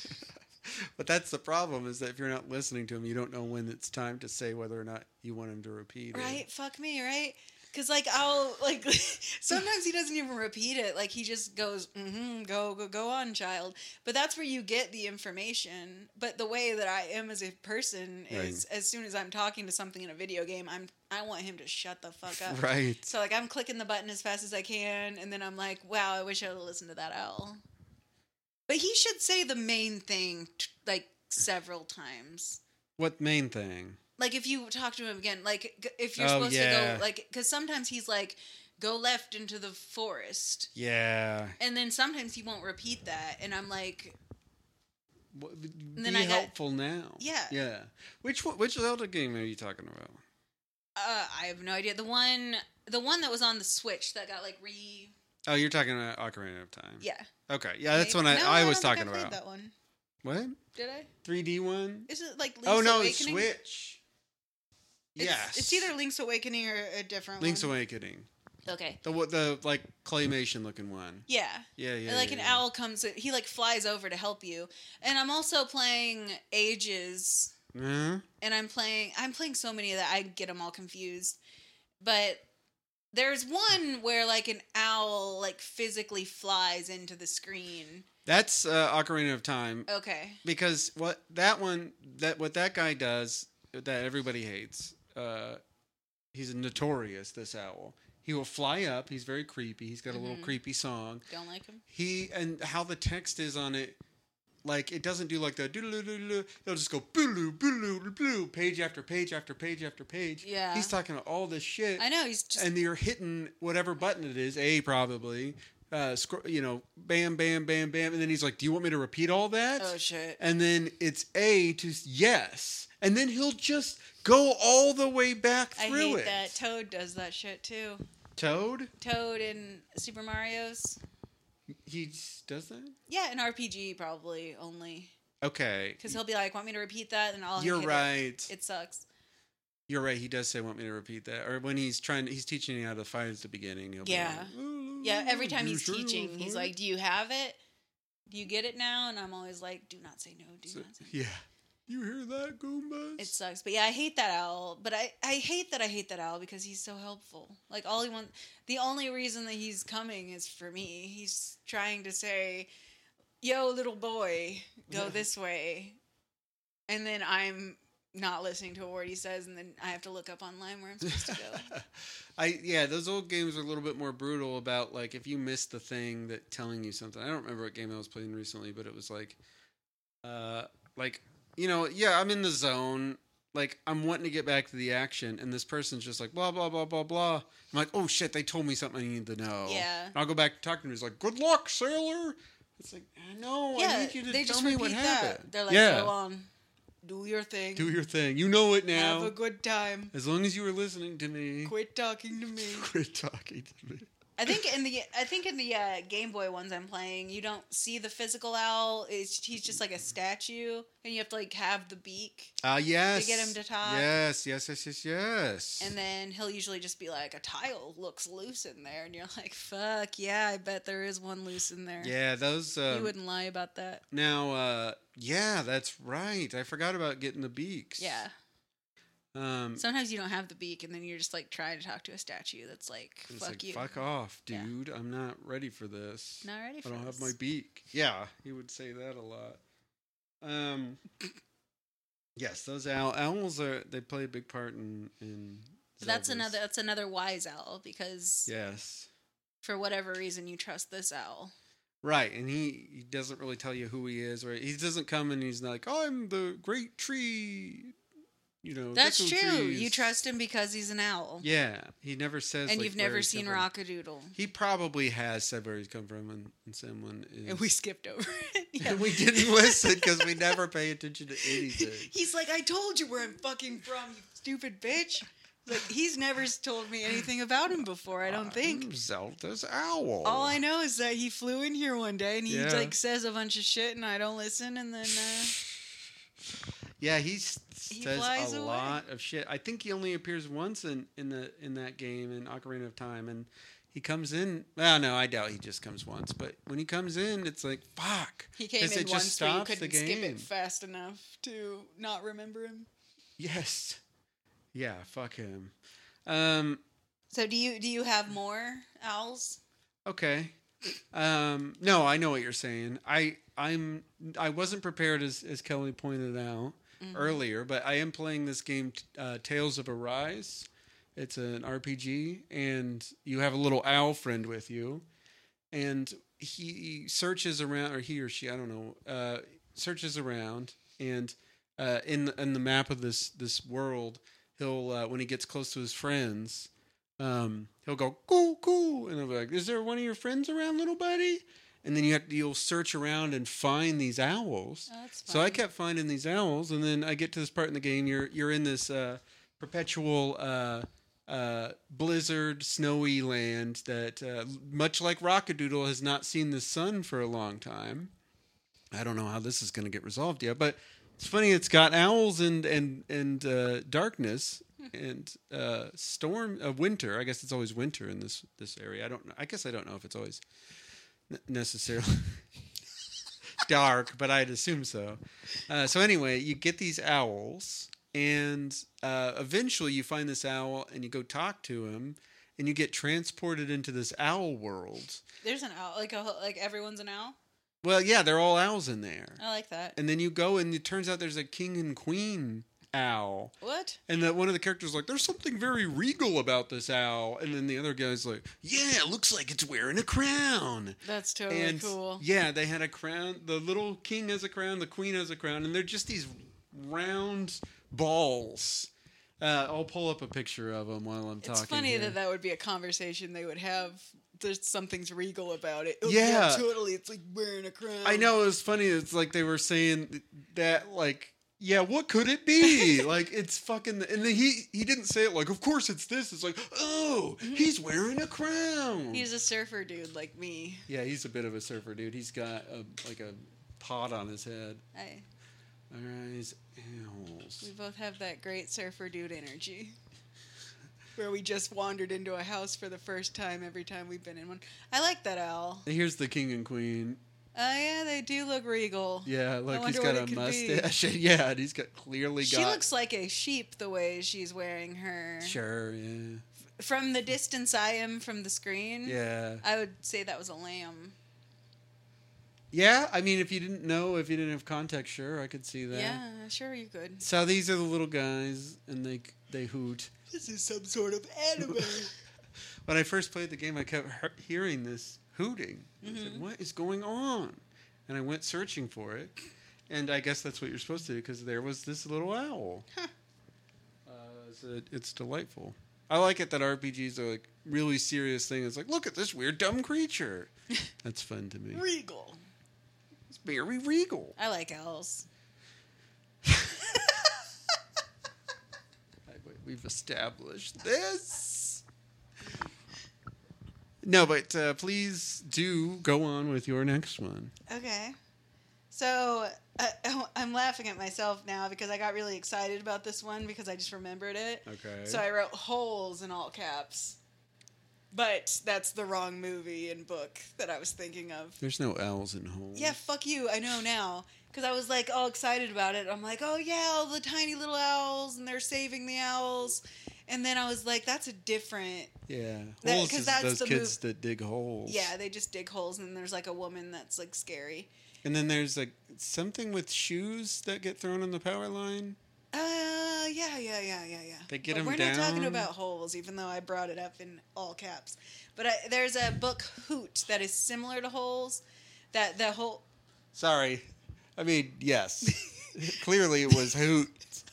But that's the problem is that if you're not listening to him, you don't know when it's time to say whether or not you want him to repeat. it.
right? Fuck me, right? Because like I'll like [LAUGHS] sometimes he doesn't even repeat it. Like he just goes, mm-hmm, "Go, go, go on, child." But that's where you get the information. But the way that I am as a person is, as soon as I'm talking to something in a video game, I'm I want him to shut the fuck up.
Right.
So like I'm clicking the button as fast as I can, and then I'm like, "Wow, I wish I would listened to that owl." But he should say the main thing t- like several times
What main thing?
like if you talk to him again like g- if you're
Oh,
supposed to
yeah.
go like because sometimes he's like go left into the forest
Yeah.
and then sometimes he won't repeat that and i'm like
What- Be
then I got-
helpful now.
Yeah.
Yeah. Which one, which Zelda game are you talking about?
uh, i have no idea the one the one that was on the switch that got like re
Oh, you're talking about Ocarina of Time.
yeah
Okay. Yeah, Uh, that's
maybe-
what I,
No,
I
don't
was
think
talking
played
about.
that one
What?
did i
3D one?
is it like link's
oh no,
awakening
Switch.
It's-
yes.
it's either link's awakening or a different
Link's
one
Awakening.
okay
The what the like claymation looking one.
yeah
Yeah, yeah.
like
yeah,
an
yeah.
owl comes he like flies over to help you and i'm also playing ages
Huh?
and I'm playing I'm playing so many that I get them all confused. But there's one where like an owl like physically flies into the screen.
That's uh, Ocarina of Time
Okay.
because what that one that what that guy does that everybody hates. Uh, he's notorious. This owl. He will fly up. He's very creepy. He's got a
Mm-hmm.
little creepy song.
Don't like him.
He and how the text is on it. Like it doesn't do like the doodle-doodle-doodle. It'll just go booloo booloo blue page after page after page after page.
Yeah.
he's talking about all this shit
I know he's just
and you're hitting whatever button it is, A probably, uh, scro- you know, bam, bam, bam, bam, and then he's like, "Do you want me to repeat all that?"
Oh shit.
And then it's A to s- yes, and then he'll just go all the way back
I
through
hate
it.
that. Toad does that shit too.
Toad,
Toad in Super Mario's.
he just does that.
Yeah, an RPG probably only
Okay,
because he'll be like, "Want me to repeat that?" And I'll
you're
hit it.
right.
It sucks.
You're right. He does say, "Want me to repeat that?" Or when he's trying, he's teaching you how to fight at the beginning. He'll be
Yeah.
like, "Ooh,
Yeah, every time
you
he's
sure
teaching,
will
he's
fight?"
like, "Do you have it? Do you get it now?" And I'm always like, "Do not say no. Do
So-
not say no."
"Yeah, you hear that, Goombas?"
It sucks, but yeah, I hate that owl. But I, I hate that I hate that owl because he's so helpful. Like all he wants, the only reason that he's coming is for me. He's trying to say, "Yo, little boy, go this way," and then I'm not listening to a word he says, and then I have to look up online where
[LAUGHS]
I'm supposed to go.
I yeah, those old games were a little bit more brutal about like if you missed the thing that telling you something. I don't remember what game I was playing recently, but it was like, uh, like you know, yeah, I'm in the zone. Like I'm wanting to get back to the action, and this person's just like blah blah blah blah blah. I'm like, oh shit, they told me something I need to know.
Yeah.
And I'll go back to talking to him. He's like, good luck, sailor. It's like, no, I
yeah,
need you to
they
tell
just
me
repeat
what
that.
happened.
They're like,
yeah,
"Go on, do your thing,
do your thing. You know it now.
have a good time,
as long as you were listening to me,
quit talking
[LAUGHS]
to me."
quit talking to me.
I think in the I think in the uh, Game Boy ones I'm playing, you don't see the physical owl. It's, he's just like a statue, and you have to like have the beak,
Ah, yes.
get him to talk.
Yes, yes, yes, yes, yes.
and then he'll usually just be like, "A tile looks loose in there," and you're like, "Fuck yeah, I bet there is one loose in there."
yeah, those.
you
Um,
wouldn't lie about that.
now, uh, yeah, that's right. I forgot about getting the beaks.
Yeah,
Um,
sometimes you don't have the beak, and then you're just like trying to talk to a statue that's like,
it's
"Fuck
like,
you,
fuck off,
Yeah.
dude. I'm not ready for this.
not ready for
I don't
this."
have my beak. Yeah, he would say that a lot. Um, yes, those owl, owls are. They play a big part in. in
But that's
Zelda's.
another that's another wise owl because
Yes.
for whatever reason you trust this owl.
Right, and he, he doesn't really tell you who he is, or he doesn't come and he's like, "I'm the great tree," you know.
That's
"Little
true. You
trees."
trust him because he's an owl.
Yeah, he never says.
and
like,
you've
where
never
he's
seen
come from.
Rockadoodle.
He probably has said where he's come from, and, and someone is.
And we [LAUGHS] skipped over it.
and [LAUGHS] we didn't
[LAUGHS]
listen because we never pay attention to anything.
He's like, I told you where I'm fucking from, you stupid bitch. Like he's never told me anything about him before. I [LAUGHS] don't think.
I'm Zelda's owl.
All I know is that he flew in here one day and he
Yeah.
like says a bunch of shit and I don't listen and then uh,
yeah, he, s- says
flies
a
away.
lot of shit. I think he only appears once in in the in that game in Ocarina of Time, and he comes in. Well, no, I doubt he just comes once. But when he comes in, it's like fuck.
he came
'Cause
in
it just
once but you
stops the
couldn't skip
game.
it fast enough to not remember him.
Yes. Yeah. Fuck him. Um.
So do you do you have more owls?
Okay. Um, no, I know what you're saying. I I'm I wasn't prepared as as Kelly pointed out
Mm-hmm.
earlier, but I am playing this game uh, Tales of Arise. It's an RPG, and you have a little owl friend with you, and he searches around, or he or she, I don't know, uh, searches around, and uh, in in the map of this this world, he'll uh, when he gets close to his friends, um, he'll go coo coo, and I'll be like, "Is there one of your friends around, little buddy?" And then you have to, you'll search around and find these owls.
Oh, that's
so I kept finding these owls, and then I get to this part in the game. You're you're in this uh, perpetual uh, uh, blizzard, snowy land that, uh, much like Rockadoodle, has not seen the sun for a long time. I don't know how this is going to get resolved yet, but it's funny. It's got owls and and and uh, darkness and uh, storm uh, winter. I guess it's always winter in this this area. I don't. know. I guess I don't know if it's always n- necessarily dark, but I'd assume so. Uh, so anyway, you get these owls, and uh, eventually you find this owl, and you go talk to him, and you get transported into this owl world.
There's an owl, like a whole- like everyone's an owl.
Well, yeah, they're all owls in there.
I like that.
And then you go, and it turns out there's a king and queen owl.
What?
And that one of the characters is like, there's something very regal about this owl. And then the other guy's like, yeah, it looks like it's wearing a crown.
That's totally
and
cool.
yeah, they had a crown. The little king has a crown, the queen has a crown, and they're just these round balls. Uh, I'll pull up a picture of them while I'm talking.
It's funny
here.
that that would be a conversation they would have. There's something's regal about it. Oh,
Yeah.
totally. It's like wearing a crown.
I know it was funny. It's like they were saying that, like, yeah, what could it
[LAUGHS]
be? like, it's fucking. And then he he didn't say it like, of course it's this. It's like, oh, he's wearing a crown.
Mm-hmm. He's a surfer dude like me.
yeah, he's a bit of a surfer dude. He's got a like a pot on his head.
I,
Arise,
we
owls.
both have that great surfer dude energy. Where we just wandered into a house for the first time every time we've been in one. I like that owl.
Here's the king and queen.
Oh yeah, they do look regal.
Yeah, look, he's
wonder
got a
what it could be.
mustache. [LAUGHS] yeah, and he's got clearly
She
got.
looks like a sheep the way she's wearing her.
sure. Yeah.
Mm-hmm. From the distance I am from the screen,
Yeah.
I would say that was a lamb.
Yeah. I mean, if you didn't know, if you didn't have context, sure, I could see that.
Yeah, sure you could.
So these are the little guys, and they they hoot.
This is some sort of
[LAUGHS]
anime.
When I first played the game, I kept he- hearing this hooting. I said, "What is going on?" And I went searching for it, and I guess that's what you're supposed to do because there was this little owl. Uh, so it- it's delightful. I like it that RPGs are like really serious thing. It's like, look at this weird dumb [LAUGHS] creature. That's fun to me.
regal.
It's very regal.
I like owls.
I- we- We've established this. No, but uh, please do go on with your next one.
Okay. So uh, oh, [LAUGHS] I'm laughing at myself now because I got really excited about this one because I just remembered it.
Okay.
So I wrote holes in all caps. But that's the wrong movie and book that I was thinking of.
There's no owls in holes.
Yeah, fuck you. I know now. Because I was like all excited about it. I'm like, oh yeah, all the tiny little owls and they're saving the owls. And then I was like, that's a different.
Yeah.
That-
Holes
'cause
is
that's
those
the
kids that dig holes.
Yeah, they just dig holes and there's like a woman that's like scary.
And then there's like something with shoes that get thrown on the power line.
Uh, yeah, yeah, yeah, yeah, yeah.
They get
But
'em
We're not talking
down.
about holes, even though I brought it up in all caps. But I, there's a book Hoot that is similar to holes. That the whole
Sorry. I mean, yes. [LAUGHS] Clearly it was hoot,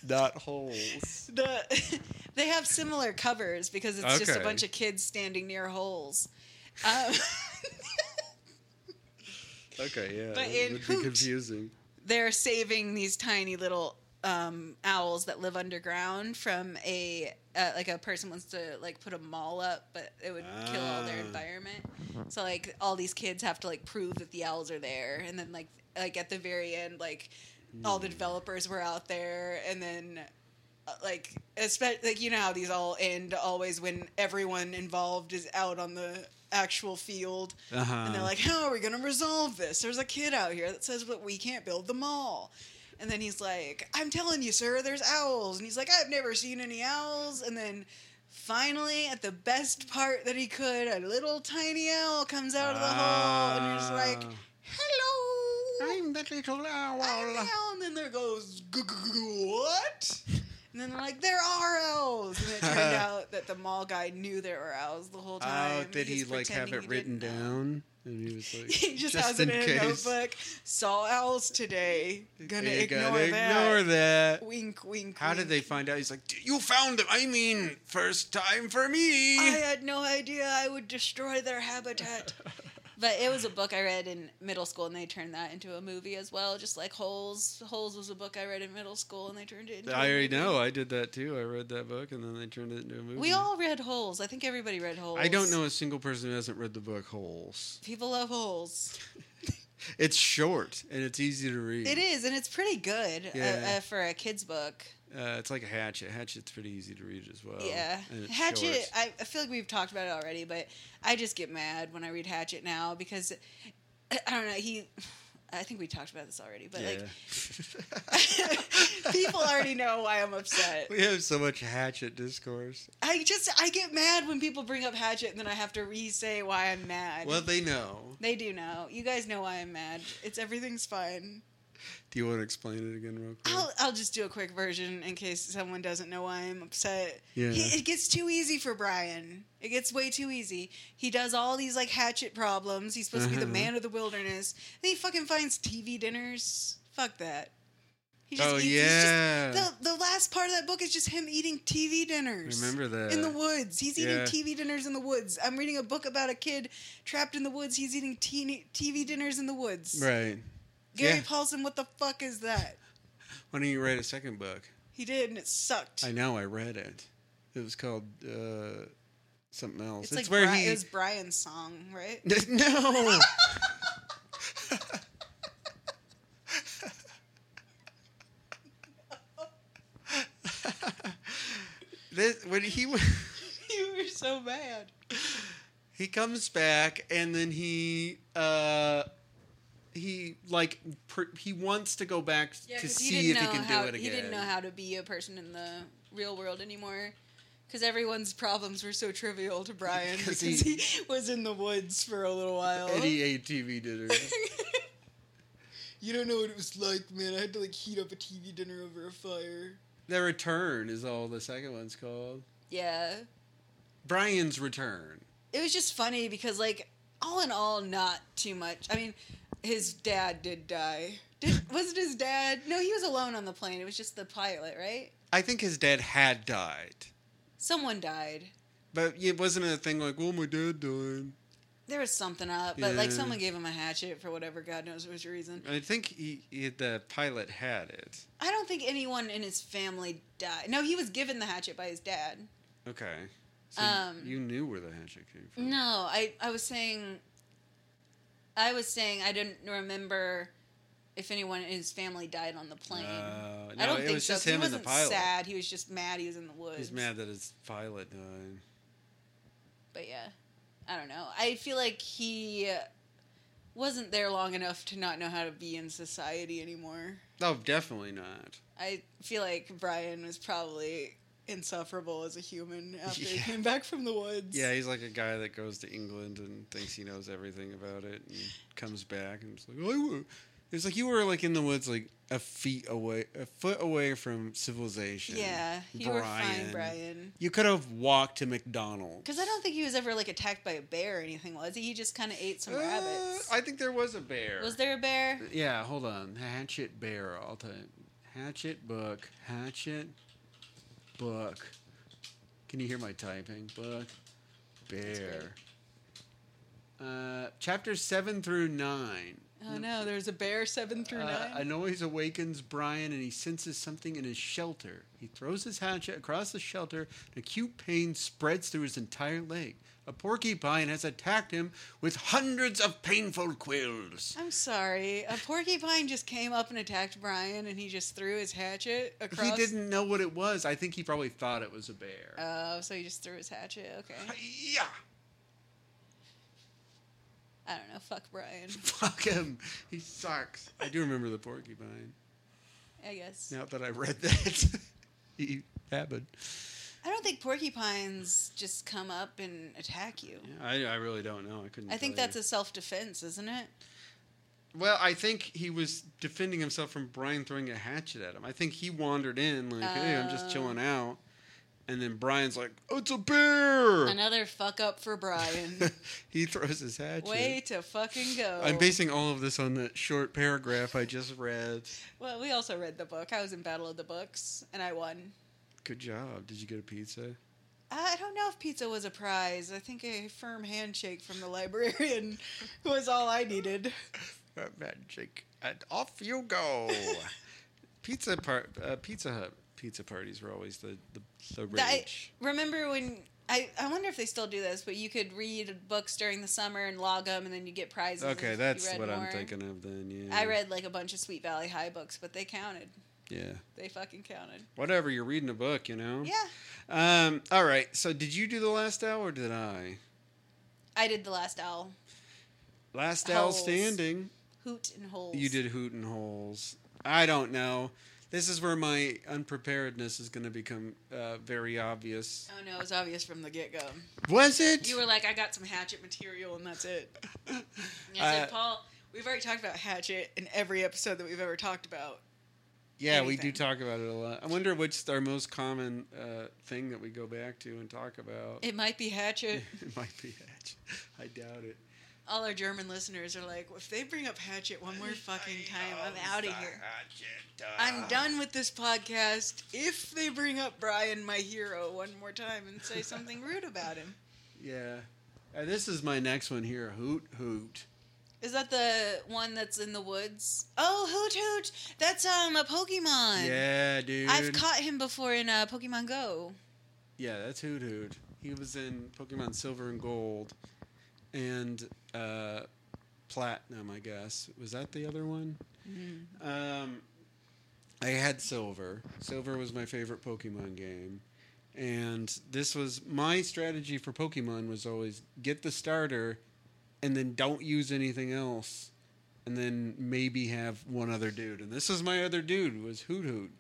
not holes.
the [LAUGHS] they have similar covers because it's just a
Okay.
bunch of kids standing near holes. Um, [LAUGHS]
Okay, yeah.
But
it
in
would be
hoot.
confusing.
they're saving these tiny little um, owls that live underground from a uh, like a person wants to like put a mall up, but it would kill all their
Ah.
environment. So like all these kids have to like prove that the owls are there, and then like like at the very end, like all the developers were out there, and then uh, like especially like you know how these all end always when everyone involved is out on the actual field
Uh-huh.
and they're like, "How are we going to resolve this? There's a kid out here that says that we can't build the mall." And then he's like, "I'm telling you, sir, there's owls." And he's like, "I've never seen any owls." And then finally, at the best part that he could, a little tiny owl comes out of the hole and
Ah.
he's like, "Hello."
I'm that little owl.
I'm the owl." And then there goes, "Gu- gu- gu- gu- "What?" And then they're like, "There are owls." And
[LAUGHS]
it turned out that the mall guy knew there were owls the whole time.
Oh, did he
He's
like have
pretending
it
he
written
didn't know.
down? And he
[LAUGHS]
was like,
he just, has
in
it in
case.
a notebook. Saw owls today. Gonna
You
ignore
gotta
that.
ignore that.
Wink, wink.
How did
wink.
they find out? He's like, "D- you found them. I mean, first time for me.
I had no idea I would destroy their
[LAUGHS]
habitat. but it was a book I read in middle school, and they turned that into a movie as well. Just like Holes. Holes was a book I read in middle school, and they turned it into. a
I already
movie.
know. I did that too. I read that book and then they turned it into a movie.
We all read Holes. I think everybody read Holes.
I don't know a single person who hasn't read the book Holes.
People love Holes.
It's short and it's easy to read.
It is, and it's pretty good uh,
Hmm. Yeah.
uh, for a kid's book.
Uh, it's like a hatchet. Hatchet's pretty easy to read as well.
Yeah,
Um, And it's
Hatchet.
short.
I, I feel like we've talked about it already, but I just get mad when I read Hatchet now because [CLEARS THROAT] I don't know. He, I think we talked about this already, but
[LAUGHS]
like [LAUGHS] people already know why I'm upset.
we have so much hatchet discourse.
I just I get mad when people bring up Hatchet, and then I have to re-say why I'm mad.
Well, they know.
they do know. You guys know why I'm mad. It's everything's fine.
Do you want to explain it again, real quick?
I'll, I'll just do a quick version in case someone doesn't know why I'm upset.
Yeah.
He, it gets too easy for Brian. It gets way too easy. He does all these like hatchet problems. He's supposed to be the
Uh-huh.
man of the wilderness. Then he fucking finds TV dinners. Fuck that. He just
oh
eats- he's just-
yeah.
the, the last part of that book is just him eating TV dinners.
Remember that.
In the woods. He's eating
Yeah.
TV dinners in the woods. I'm reading a book about a kid trapped in the woods. He's eating teeny- TV dinners in the woods.
Right.
Gary
Yeah.
Paulson, what the fuck is that?
Why don't you write a second book?
He did, and it sucked.
I know. I read it. It was called uh, something else.
It's,
It's,
like
where
Bri-
he.
it was Brian's song, right?
[LAUGHS]
[LAUGHS]
no. this when he w- [LAUGHS]
you were so mad.
he comes back and then he uh he like pr- he wants to go back to see if he can
how,
do it again.
He didn't know how to be a person in the real world anymore. Because everyone's problems were so trivial
[LAUGHS]
to Brian because
Because
he,
he-
was in the woods for a little while.
And he ate TV
[LAUGHS]
dinner.
you don't know what it was like, man. I had to like heat up a TV dinner over a fire.
the return is all the second one's called.
Yeah.
Brian's return.
it was just funny because like all in all not too much i mean his dad did die did, was it his dad no he was alone on the plane it was just the pilot right
I think his dad had died,
someone died
but it wasn't a thing like, "Well, my dad died."
there was something up but like
Yeah.
someone gave him a hatchet for whatever god knows which reason
I think he, he the pilot had it.
i don't think anyone in his family died no he was given the hatchet by his dad
Okay. So
Um,
you knew where the hatchet came from.
No, I, I was saying I was saying I didn't remember if anyone in his family died on the plane.
Oh,
I
no,
don't
it
think
was
so.
just
'cause he
him and the
wasn't
pilot.
sad. He was just mad. He was in the woods.
He's mad that his pilot died.
But yeah, I don't know. I feel like he wasn't there long enough to not know how to be in society anymore.
Oh, definitely not.
I feel like Brian was probably insufferable as
[LAUGHS]
a human after he
Yeah.
came back from the woods.
Yeah, he's like a guy that goes to England and thinks he knows everything about it and comes back and it's like, oh, I wa-" it's like you were like in the woods, like a feet away, a foot away from civilization.
Yeah, you were fine, Brian.
You could have walked to McDonald's.
Because I don't think he was ever like attacked by a bear or anything, was he? He just kind of ate some
Uh,
rabbits.
I think there was a bear.
was there a bear?
Yeah, hold on. Hatchet Bear. I'll tell you. Hatchet book. Hatchet book. Can you hear my typing? Book. Bear. Uh, chapters seven through nine.
Oh, Oh no, there's a bear seven through
Uh,
nine.
a noise awakens Brian and he senses something in his shelter. He throws his hatchet across the shelter and acute pain spreads through his entire leg. A porcupine has attacked him with hundreds of painful quills.
I'm sorry. A porcupine just came up and attacked Brian, and he just threw his hatchet across.
He didn't know what it was. I think he probably thought it was a bear.
Oh, so he just threw his hatchet. Okay.
yeah. [LAUGHS]
I don't know. Fuck Brian.
Fuck him. He sucks. I do remember the porcupine.
I guess.
Now that I read that, [LAUGHS] he happened.
I don't think porcupines just come up and attack you.
Yeah, I, I really don't know. I couldn't.
I think
tell you.
that's a self defense, isn't it?
Well, I think he was defending himself from Brian throwing a hatchet at him. I think he wandered in like, "Hey, I'm just
Oh.
chilling out," and then Brian's like, oh, "It's a bear!"
Another fuck up
[LAUGHS]
for Brian.
he throws his hatchet.
Way to fucking go.
I'm basing all of this on that short paragraph I just read.
well, we also read the book. I was in Battle of the Books, and I won.
Good job. Did you get a pizza?
I don't know if pizza was a prize. I think a firm handshake from the librarian [LAUGHS] was all I needed.
Uh, Magic. And off you go. [LAUGHS] pizza part. Uh, pizza Hut. Pizza parties were always the the, the
That I-
rage.
remember when I, I wonder if they still do this, but you could read books during the summer and log them, and then you get prizes.
okay,
if you
that's
read
what I'm
more.
thinking of then. Yeah.
I read like a bunch of Sweet Valley High books, but they counted.
Yeah.
They fucking counted.
Whatever, you're reading a book, you know?
Yeah,
Um, all right, so did you do the last owl or did I?
I did the last owl
Last owl
Holes.
standing.
hoot and holes.
You did hoot and holes. I don't know. This is where my unpreparedness is going to become uh, very obvious.
Oh no, it was obvious from the get go.
Was it?
You were like, I got some hatchet material, and that's it.
[LAUGHS]
And I
Uh,
said, Paul, we've already talked about hatchet in every episode that we've ever talked about.
yeah, we do
anything.
talk about it a lot. I wonder what's our most common uh, thing that we go back to and talk about.
It might be hatchet.
[LAUGHS] it might be hatchet. I doubt it.
All our German listeners are like, if they bring up hatchet one more fucking time,
oh,
I'm out of here.
Ah.
I'm done with this podcast. If they bring up Brian, my hero, one more time and
[LAUGHS]
say something rude about him,
Yeah. Uh, this is my next one here. Hoot, hoot.
is that the one that's in the woods? Oh, hoot hoot! That's um a Pokemon.
Yeah, dude.
I've caught him before in uh, Pokemon Go.
Yeah, that's Hoot Hoot. He was in Pokemon Silver and Gold and uh, Platinum, I guess. Was that the other one? Um, I had Silver. Silver was my favorite Pokemon game. And this was my strategy for Pokemon was always get the starter and then don't use anything else and then maybe have one other dude. And this is my other dude was Hoot Hoot.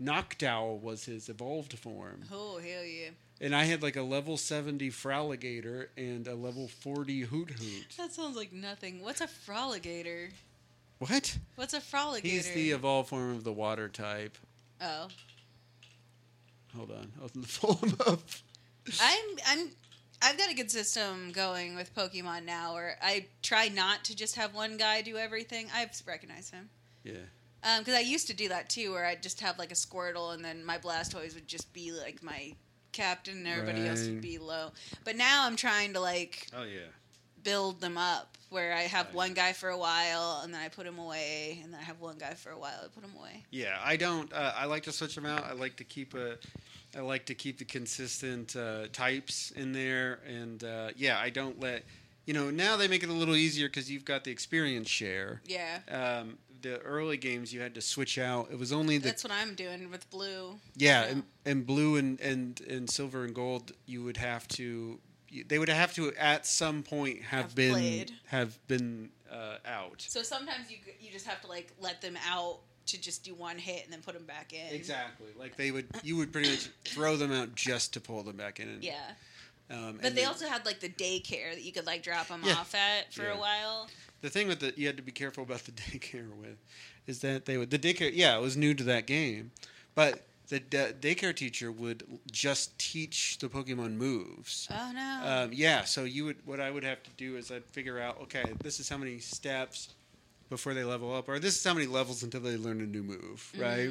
Noctowl was his evolved form.
Oh hell yeah!
And I had like a level 70 Froligator and a level 40 Hoot Hoot.
That sounds like nothing. What's a froligator?
What?
What's a froligator?
He's the evolved form of the water type.
oh.
Hold on. I'll [LAUGHS] pull him up.
I'm I'm I've got a good system going with Pokemon now where I try not to just have one guy do everything. I've recognized him.
Yeah.
Um, 'cause because I used to do that too, where I'd just have like a Squirtle, and then my Blastoise would just be like my captain, and everybody else
Right.
would be low. But now I'm trying to like
Oh, yeah.
build them up, where I have
Right.
one guy for a while, and then I put him away, and then I have one guy for a while, I put him away.
Yeah, I don't. Uh, I like to switch them out. I like to keep a. I like to keep the consistent uh, types in there, and uh, yeah, I don't let. You know, now they make it a little easier because you've got the experience share.
Yeah,
Um, the early games you had to switch out. It was only the
that's what I'm doing with Blue.
Yeah,
Yeah.
and, and blue and, and, and silver and gold, you would have to. you- They would have to at some point have,
Have
been
played.
have been uh, out.
So sometimes you you just have to like let them out to just do one hit and then put them back in.
Exactly, like they would. You would pretty much throw them out just to pull them back in. And,
Yeah,
um,
but
and
they
then
also had like the daycare that you could like drop them
Yeah.
off at for
Yeah.
a while.
the thing with the you had to be careful about the [LAUGHS] daycare with, is that they would the daycare. Yeah, it was new to that game, but the da- daycare teacher would just teach the Pokemon moves.
Oh no.
Um, yeah, so you would what I would have to do is I'd figure out okay, this is how many steps before they level up, or this is how many levels until they learn a new move,
Mm-hmm.
right?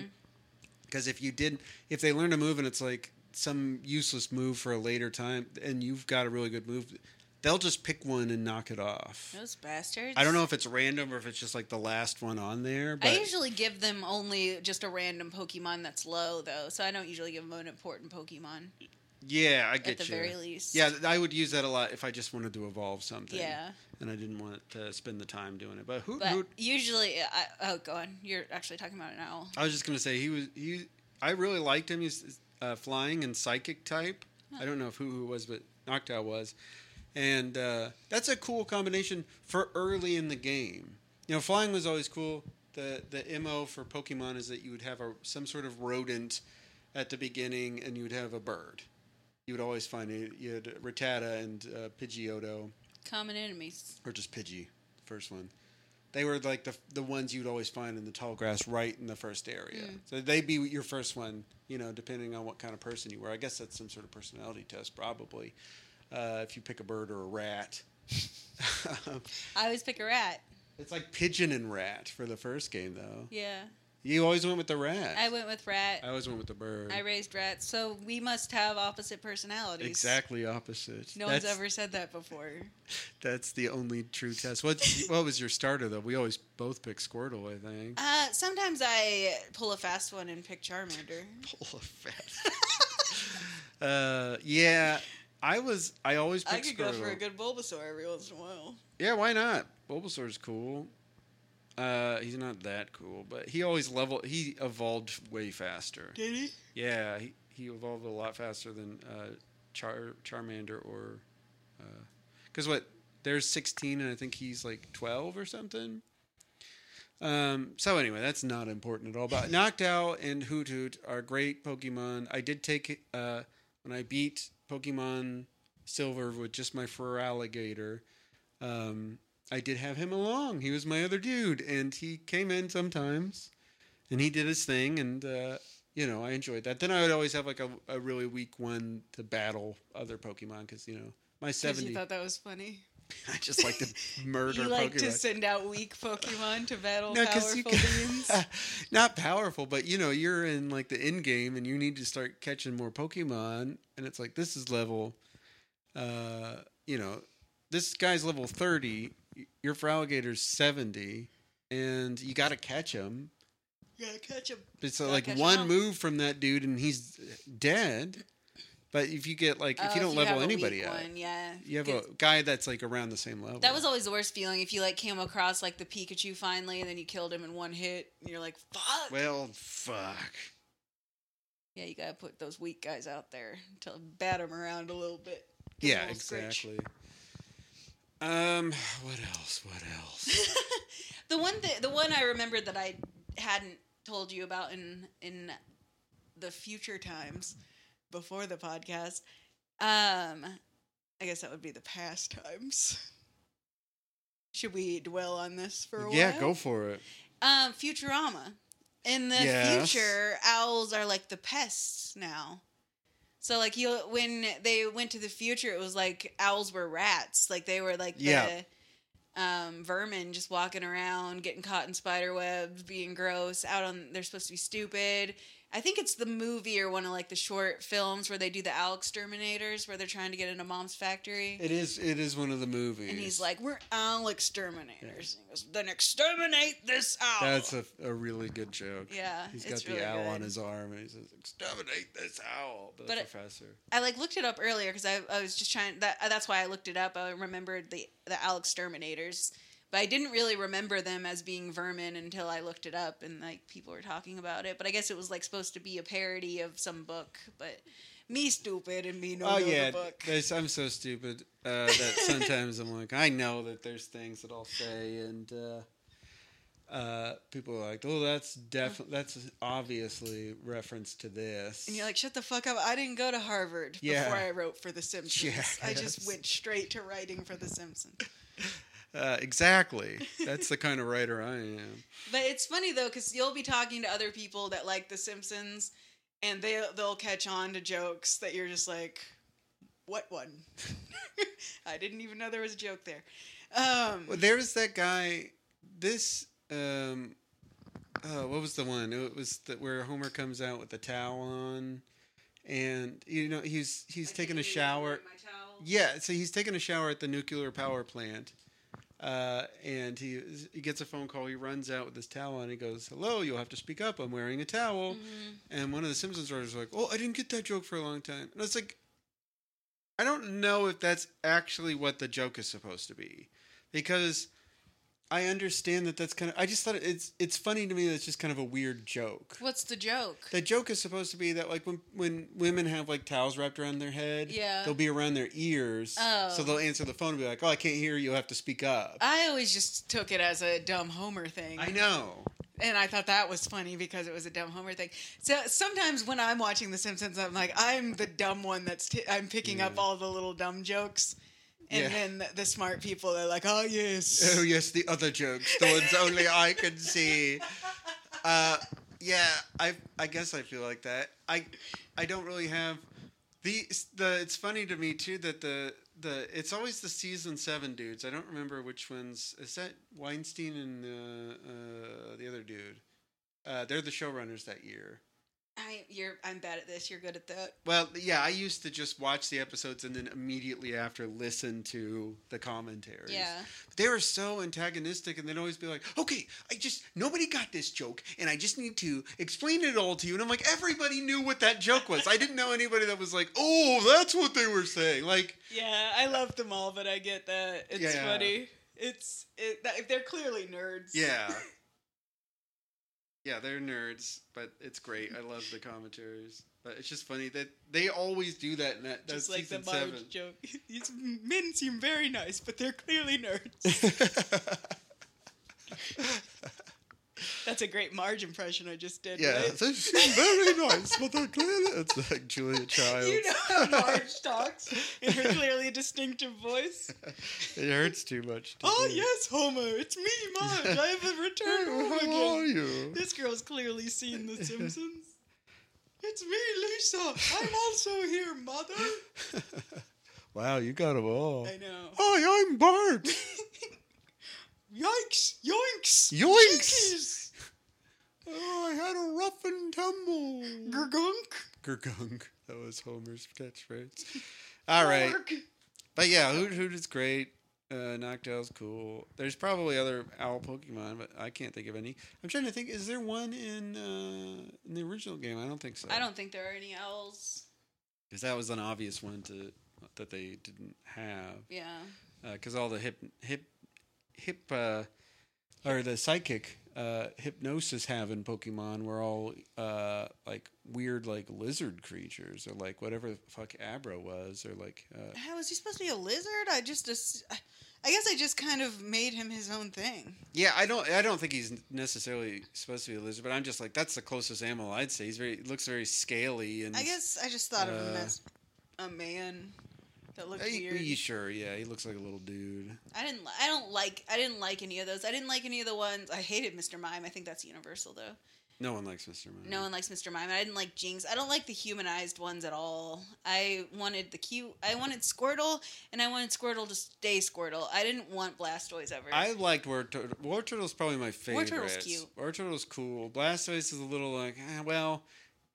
Because if you did, if they learn a move and it's like some useless move for a later time, and you've got a really good move, they'll just pick one and knock it off.
Those bastards.
I don't know if it's random or if it's just like the last one on there, but
I usually give them only just a random Pokemon that's low, though, so I don't usually give them an important Pokemon
yeah, I
at
get
the
you.
very least.
Yeah, th- I would use that a lot if I just wanted to evolve something.
Yeah.
And I didn't want to spend the time doing it. But who?
But
who
usually, I, oh, go on. You're actually talking about an owl.
I was just gonna say he was he. I really liked him. He's uh, flying and psychic type. I don't know if who who was, but Noctowl was, and uh, that's a cool combination for early in the game. You know, flying was always cool. The the mo for Pokemon is that you would have a some sort of rodent at the beginning, and you would have a bird. You would always find it. You had Rattata and uh, Pidgeotto
Common enemies.
or just Pidgey, first one. They were like the the ones you'd always find in the tall grass, right in the first area.
Mm.
So they'd be your first one, you know, depending on what kind of person you were. I guess that's some sort of personality test, probably. Uh, if you pick a bird or a rat, [LAUGHS]
I always pick a rat.
it's like pigeon and rat for the first game, though.
Yeah,
You always went with the rat.
I went with rat.
I always went with the bird.
I raised rats, so we must have opposite personalities.
exactly opposite.
No
that's,
one's ever said that before.
That's the only true test. What what was your starter though? We always both pick Squirtle, I think.
Uh, sometimes I pull a fast one and pick Charmander.
full of fat. [LAUGHS] uh, yeah, I was. I always pick
I could go
Squirtle.
for a good Bulbasaur every once in a while.
yeah, why not? Bulbasaur's cool. Uh, he's not that cool, but he always level. He evolved way faster.
Did he?
Yeah, he, he evolved a lot faster than uh, Char Charmander or. Because what? There's 16, and I think he's like 12 or something. Um, so anyway, that's not important at all. But Noctowl and Hoot Hoot are great Pokemon. I did take uh, when I beat Pokemon Silver with just my fur alligator. Um, I did have him along. He was my other dude, and he came in sometimes, and he did his thing, and uh, you know I enjoyed that. Then I would always have like a, a really weak one to battle other Pokemon because you know my
Because you
seventy.
thought that was funny.
[LAUGHS] I just like to murder.
You like to
Pokemon.
send out weak Pokemon to battle
No, 'cause
powerful
you [LAUGHS]
beings.
not powerful, but you know, you're in like the end game and you need to start catching more Pokemon. And it's like, this is level, uh, you know, this guy's level 30, y- your Fralligator's 70, and you got to catch him.
Yeah, catch 'em.
It's
Gotta
like
catch 'em all.
one move from that dude and he's dead. But if you get like, if
Oh,
you don't level
have a weak
anybody up,
one, yeah,
you have a
Good.
guy that's like around the same level.
That was always the worst feeling if you like came across like the Pikachu finally, and then you killed him in one hit, and you're like, "Fuck!"
well, fuck.
yeah, you gotta put those weak guys out there to bat them around a little bit. Give 'em a
Yeah,
little scritch.
exactly. Um, what else? What else?
The one that the one I remembered that I hadn't told you about in in the future times before the podcast. Um I guess that would be the past times. Should we dwell on this for a
yeah,
while?
go for it.
Um Futurama. In the
Yes.
future, owls are like the pests now. So like you when they went to the future, it was like owls were rats. Like they were like the
Yeah.
um, vermin just walking around, getting caught in spider webs, being gross. Out on they're supposed to be stupid. I think it's the movie or one of like the short films where they do the owl exterminators, where they're trying to get into mom's factory.
It is. It is one of the movies.
and he's like, "We're owl exterminators." And he goes, "Then exterminate this owl."
"That's a, a really good joke."
"Oh." Yeah,
he's got
it's
the
really
owl on
good.
his arm, and he says, "Exterminate this owl." The
But it-
professor.
I like looked it up earlier because I, I was just trying that that's why I looked it up. I remembered the the owl exterminators, but I didn't really remember them as being vermin until I looked it up and like people were talking about it. But I guess it was like supposed to be a parody of some book, but me stupid and me no
oh
know the
yeah,
book.
there's- I'm so stupid uh, that
[LAUGHS]
sometimes I'm like, I know that there's things that I'll say, and uh, uh, people are like, "Oh, that's definitely that's obviously reference to this."
and you're like, shut the fuck up! I didn't go to Harvard
Yeah.
before I wrote for The
[LAUGHS]
Simpsons. I
Yes.
just went straight to writing for The Simpsons.
Uh, exactly. That's the kind of writer I am.
But it's funny though, because you'll be talking to other people that like The Simpsons, and they they'll catch on to jokes that you're just like, "What one?" [LAUGHS] I didn't even know there was a joke there. Um,
Well, there's that guy. This, um, uh, what was the one? It was the, where Homer comes out with the towel on, and you know he's he's taking a shower. Yeah, so he's taking a shower at the nuclear power plant, uh, and he he gets a phone call. He runs out with his towel and he goes, "Hello, you'll have to speak up. I'm wearing a towel." And one of the Simpsons writers was like, "Oh, I didn't get that joke for a long time." And it's like, I don't know if that's actually what the joke is supposed to be, because I understand that that's kind of. I just thought it- it's it's funny to me that it's just kind of a weird joke.
What's the joke?
The joke is supposed to be that like when when women have like towels wrapped around their head,
Yeah.
they'll be around their ears.
Oh. Uh,
So they'll answer the phone and be like, "Oh, I can't hear you. You have to speak up."
I always just took it as a dumb Homer thing.
I know.
And I thought that was funny because it was a dumb Homer thing. So sometimes when I'm watching The Simpsons, I'm like, I'm the dumb one that's t- I'm picking up
Yeah.
all the little dumb jokes, and
Yeah.
then the, the smart people are like, oh yes,
Oh yes, the other jokes, the ones only I can see. Uh, yeah, I I guess I feel like that. I I don't really have the the. It's funny to me too that the the it's always the season seven dudes. I don't remember which ones. Is that Weinstein and uh, uh, the other dude? Uh, they're the showrunners that year.
I, you're I'm bad at this. You're good at that.
Well, yeah, I used to just watch the episodes and then immediately after listen to the commentaries.
Yeah.
They were so antagonistic and they'd always be like, okay, I just, nobody got this joke and I just need to explain it all to you. And I'm like, everybody knew what that joke was. I didn't know anybody that was like, oh, that's what they were saying. Like,
Yeah, I love them all, but I get that it's
Yeah.
funny. It's it, that- they're clearly nerds.
yeah. Yeah, they're nerds, but it's great. I love the commentaries. But it's just funny that they always do that. And that, that's
Just like
season
the Marge
seven.
joke. [LAUGHS] These men seem very nice, but they're
[LAUGHS]
clearly nerds. That's a great Marge impression I just did. [LAUGHS]
Yeah, [LAUGHS]
right?
they seem very nice, but they're clearly it's [LAUGHS] like Julia Child.
You know how Marge talks in her clearly distinctive
[LAUGHS]
voice.
it hurts too much. to
Oh
do.
yes, Homer, it's me, Marge. I
[LAUGHS]
have returned home
Hey, How are
again.
you?
This girl's clearly seen
[LAUGHS]
The Simpsons. It's me, Lisa. I'm also here, Mother.
[LAUGHS] wow, you got them all.
I know.
Hi, I'm
[LAUGHS]
Bart.
Yikes! Yoinks!
Yoinks.
Jinkies!
oh, I had a rough and tumble.
Gurgunk!
Gurgunk. That was Homer's catchphrase. All right, but yeah, Hoot Hoot is great. Uh, Noctowl's cool. There's probably other owl Pokemon, but I can't think of any. I'm trying to think. Is there one in uh, in the original game? I don't think so.
I don't think there are any owls.
because that was an obvious one to that they didn't have
Yeah.
because all the hip hip hip uh, or the psychic uh, hypnosis have in Pokemon were all uh, like weird like lizard creatures or like whatever the fuck Abra was or like uh,
How was he supposed to be a lizard? I just, ass- I guess I just kind of made him his own thing.
yeah I don't I don't think he's necessarily supposed to be a lizard but I'm just like that's the closest animal I'd say he's very looks very scaly and
I guess I just thought of him
Uh,
as a man that looked
Uh, he-
weird.
he- sure yeah he looks like a little dude
I didn't. li- I don't like. I didn't like any of those. I didn't like any of the ones. I hated Mr. Mime. I think that's universal though.
no one likes Mr. Mime
No one likes Mr. Mime. I didn't like Jinx. I don't like the humanized ones at all. I wanted the cute. I wanted Squirtle, and I wanted Squirtle to stay Squirtle. I didn't want Blastoise ever.
I liked War Turtle. War Turtle's probably my
War
favorite.
Turtle's cute.
War Turtle's cool. Blastoise is a little like, eh, well,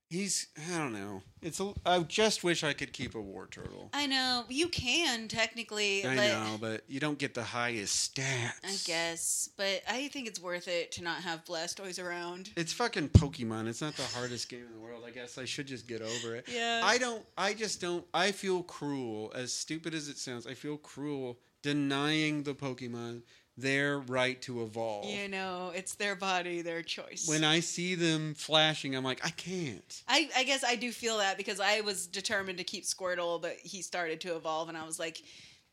he's I don't know. It's a, I just wish I could keep a War Turtle.
I know you can technically.
I
but
know, but you don't get the highest stats.
I guess, but I think it's worth it to not have Blastoise around.
It's fucking Pokemon. It's not the hardest game in the world. I guess I should just get over it.
Yeah.
I don't. I just don't. I feel cruel. As stupid as it sounds, I feel cruel denying the Pokemon their right to evolve.
You know, it's their body, their choice.
Oh. When I see them flashing, I'm like, I can't.
I, I guess I do feel that because I was determined to keep Squirtle, but he started to evolve, and I was like,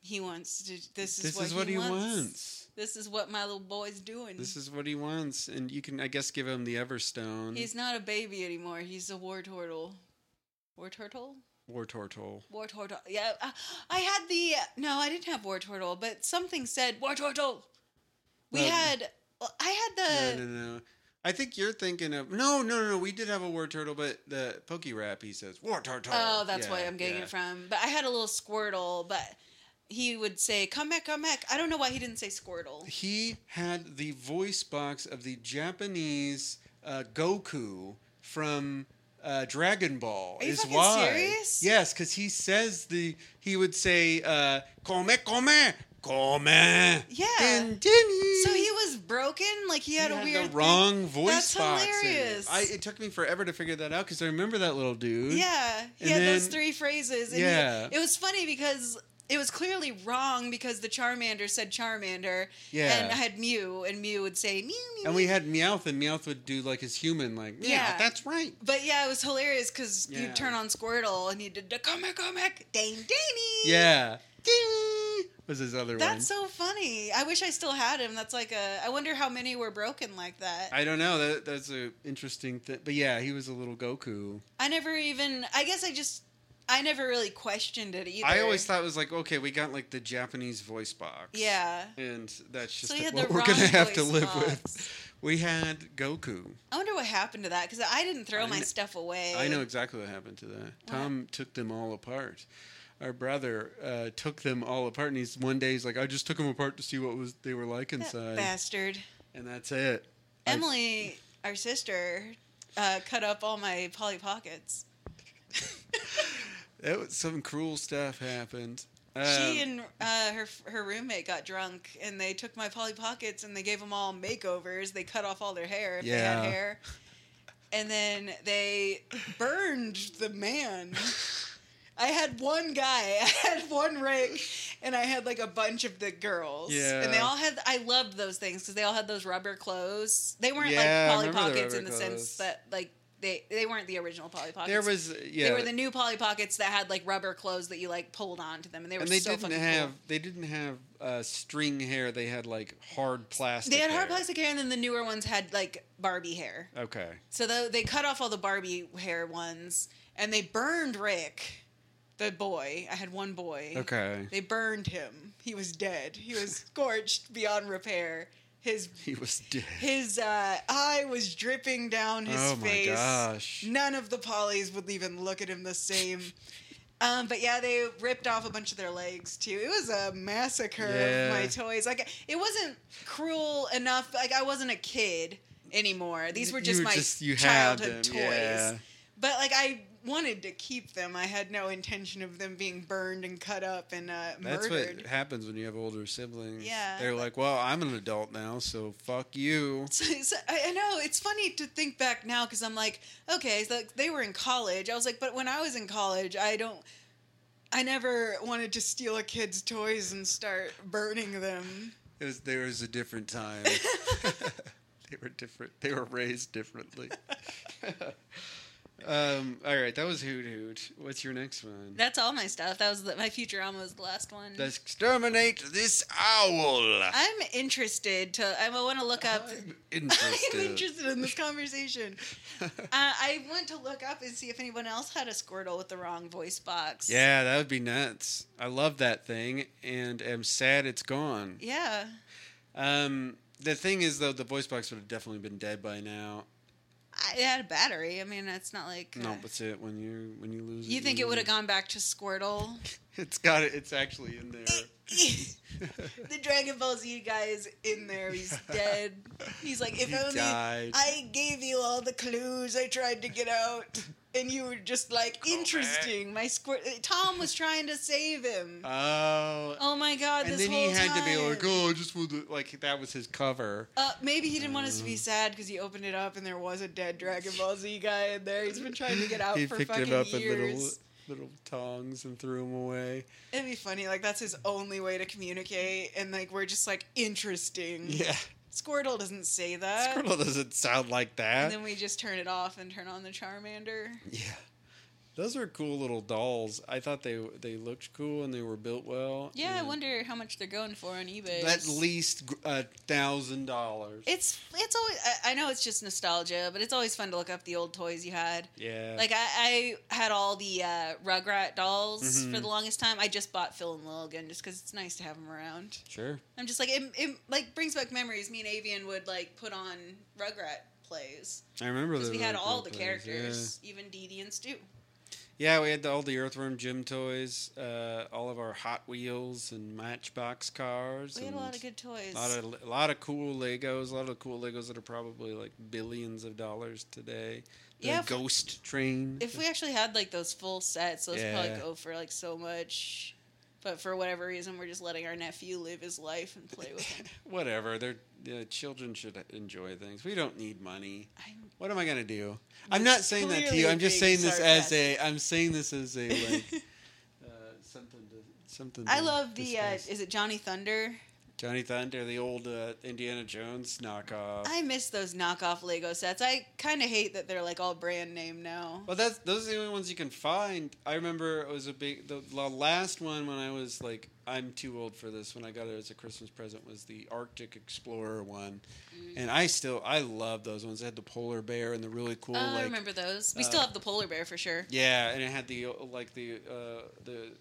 he wants to. This is,
this
what,
is what he, wants.
This is what my little boy's doing.
This is what he wants, and you can, I guess, give him the Everstone
He's not a baby anymore. He's a war turtle. War turtle?
War Turtle.
War turtle. Yeah, I, I had the. No, I didn't have war turtle, but something said war turtle. We
Well-
had. well, I had the.
no, no, no. I think you're thinking of no, no, no, no. We did have a War Turtle, but the Pokey Rap he says War Turtle.
Oh, that's
Yeah,
what I'm getting
yeah.
it from. But I had a little Squirtle, but he would say, "Come back, come back." I don't know why he didn't say Squirtle.
He had the voice box of the Japanese uh, Goku from uh, Dragon Ball
Are you
is
fucking
why.
serious?
Yes, because he says the he would say uh, come come come.
Yeah. So he was broken, like he had a weird
the
thing.
wrong voice
That's
box. in it.
hilarious.
I, it took me forever to figure that out because I remember that little dude.
Yeah, he
And
had those
then-
three phrases. And he-
Yeah.
it was funny because it was clearly wrong because the Charmander said Charmander,
Yeah.
and I had Mew, and Mew would say Mew Mew.
And we
Mew.
had Meowth, and Meowth would do like his human, like yeah,
Yeah.
that's right.
but yeah, it was hilarious because
Yeah.
you'd turn on Squirtle and you did the comic comic dang danny.
Yeah, Ding! was his other one.
That's so funny. I wish I still had him. That's like a. I wonder how many were broken like that.
I don't know. That that's a interesting thing. But yeah, he was a little Goku.
I never even. I guess I just. I never really questioned it either.
I always thought it was like okay, we got like the Japanese voice box.
Yeah.
and that's just
So you had
what
the
we're
wrong
gonna have to
voice
live
box.
with. We had Goku.
I wonder what happened to that because I didn't throw
I
my
kn-
stuff away.
I know exactly what happened to that. Tom took them all apart. Our brother uh, took them all apart, and he's one day he's like, I just took them apart to see what was they were like
That
inside,
bastard.
and that's it. I-
Emily, our sister, uh, cut up all my Polly Pockets.
That was some cruel stuff happened. Um,
she and uh, her her roommate got drunk, and they took my Polly Pockets and they gave them all makeovers. They cut off all their hair if they
Yeah.
had hair, and then they burned the man. I had one guy, [LAUGHS] I had one rake, and I had like a bunch of the girls.
Yeah.
And they all had, I loved those things because they all had those rubber clothes. They weren't
Yeah, I
like Polly
remember the
Pockets
rubber
in the sense
clothes.
that, like, they, they weren't the original Polly Pockets.
there was yeah,
They were the new Polly Pockets that had like rubber clothes that you like pulled onto them, and they were
and they
so
didn't
fucking
have
cool.
they didn't have uh, string hair. They had like hard plastic.
They had hard
hair.
plastic hair, and then the newer ones had like Barbie hair.
Okay,
So the, they cut off all the Barbie hair ones, and they burned Rick, the boy. I had one boy.
okay.
They burned him. He was dead. He was scorched beyond repair. His
He was [LAUGHS] dead.
his uh, eye was dripping down his
Oh my
face.
gosh.
None of the polys would even look at him the same. um, but yeah, they ripped off a bunch of their legs too. It was a massacre
Yeah.
of my toys. Like it wasn't cruel enough. Like I wasn't a kid anymore. These were
You
just
were
my
you had
childhood
them,
toys.
yeah.
But like I wanted to keep them. I had no intention of them being burned and cut up and uh,
That's
murdered.
what happens when you have older siblings.
Yeah.
They're like, well, I'm an adult now, so fuck you.
So, so- I I know it's funny to think back now because I'm like, okay, so they were in college. I was like, but when I was in college, I don't, I never wanted to steal a kid's toys and start burning them.
It was there was a different
[LAUGHS]
time. [LAUGHS] they were different. They were raised differently. um, all right, that was Hoot Hoot. What's your next one?
That's all my stuff. That was the, my Futurama was the last one.
Exterminate this owl.
I'm interested to. I want to look up.
I'm
[LAUGHS] I'm
interested.
interested in this conversation. uh, I want to look up and see if anyone else had a Squirtle with the wrong voice
[LAUGHS]
box.
Yeah, that would be nuts. I love that thing, and am sad it's gone.
Yeah.
Um, the thing is, though, the voice box would have definitely been dead by now.
I, it had a battery. I mean, it's not like. uh,
No, that's it. When you when you lose,
You think it
lose
would have gone back to Squirtle?
It's got it. It's actually in there.
[LAUGHS] the [LAUGHS] Dragon Ball Z guy is in
[LAUGHS]
there. He's dead. He's like, if
He
only
died.
I gave you all the clues I tried to get out, and you were just like, interesting. My squirt. Tom was trying to save him.
Oh.
oh my god!
and
this
then he
whole
had
time.
to be like, oh, I just would like that was his cover.
Uh, maybe he didn't want us to
Mm.
be sad because he opened it up and there was a dead Dragon Ball Z guy in there. He's been trying to get
[LAUGHS]
out
he
for
picked
fucking
him up in little
years.
little tongs and threw him away.
It'd be funny, like that's his only way to communicate, and like we're just like interesting.
Yeah,
Squirtle doesn't say that.
Squirtle doesn't sound like
Uh,
that.
And then we just turn it off and turn on the Charmander.
Yeah, those are cool little dolls. I thought they they looked cool and they were built well.
Yeah, I
and
wonder how much they're going for on eBay.
at least a thousand dollars.
It's it's always I, I know it's just nostalgia, but it's always fun to look up the old toys you had.
Yeah,
Like I, I had all the uh, Rugrat dolls
Mhm.
for the longest time. I just bought Phil and Lil again just because it's nice to have them around.
sure.
I'm just like it, it like brings back memories. Me and Avian would like put on Rugrat plays.
I remember
Because
they
we
were
had
cool
all the
things, yeah.
characters, even Dee Dee and Stu.
Yeah, we had all the Earthworm Jim toys, uh, all of our Hot Wheels and Matchbox cars.
We had a
and
lot of good toys.
A lot of, a lot of cool Legos, a lot of cool Legos that are probably like billions of dollars today. The
Yeah, if-
Ghost Train.
if we actually had like those full sets, those would
Yeah.
probably go for like so much. But for whatever reason, we're just letting our nephew live his life and play with
[LAUGHS]
him.
Whatever. They're, yeah, children should enjoy things. We don't need money.
I'm
What am I gonna do? I'm not saying that to
clearly
you. I'm just
being
saying this as a. I'm saying this as a
[LAUGHS]
like uh, something to something.
I
to
love the uh,
discuss.
is it Johnny Thunder?
Johnny Thunder, the old uh, Indiana Jones knockoff.
I miss those knockoff Lego sets. I kind of hate that they're like all brand name now.
Well, that's those are the only ones you can find. I remember it was a big the, the last one when I was like I'm too old for this. When I got it as a Christmas present was the Arctic Explorer one,
Mm.
and I still I love those ones. They had the polar bear and the really cool
Oh, I
like
remember those. We
uh,
still have the polar bear for sure.
yeah, and it had the uh, like the uh, the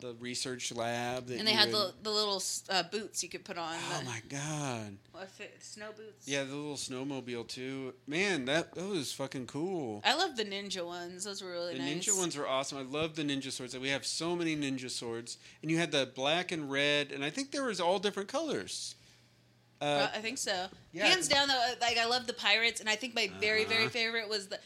the research lab that
And they
you
had
would-
the, the little uh, boots you could put on.
oh
the-
my god
what's it, snow boots.
yeah the little snowmobile too man that that was fucking cool.
I love the ninja ones. Those were really
The
nice.
ninja ones were awesome. I love the ninja swords. We have so many ninja swords, and you had the black and red, and I think there was all different colors.
Pro-
Uh,
I think so.
yeah.
Hands down, though, uh, like I love the pirates, and I think my very, very
Uh-huh.
favorite was the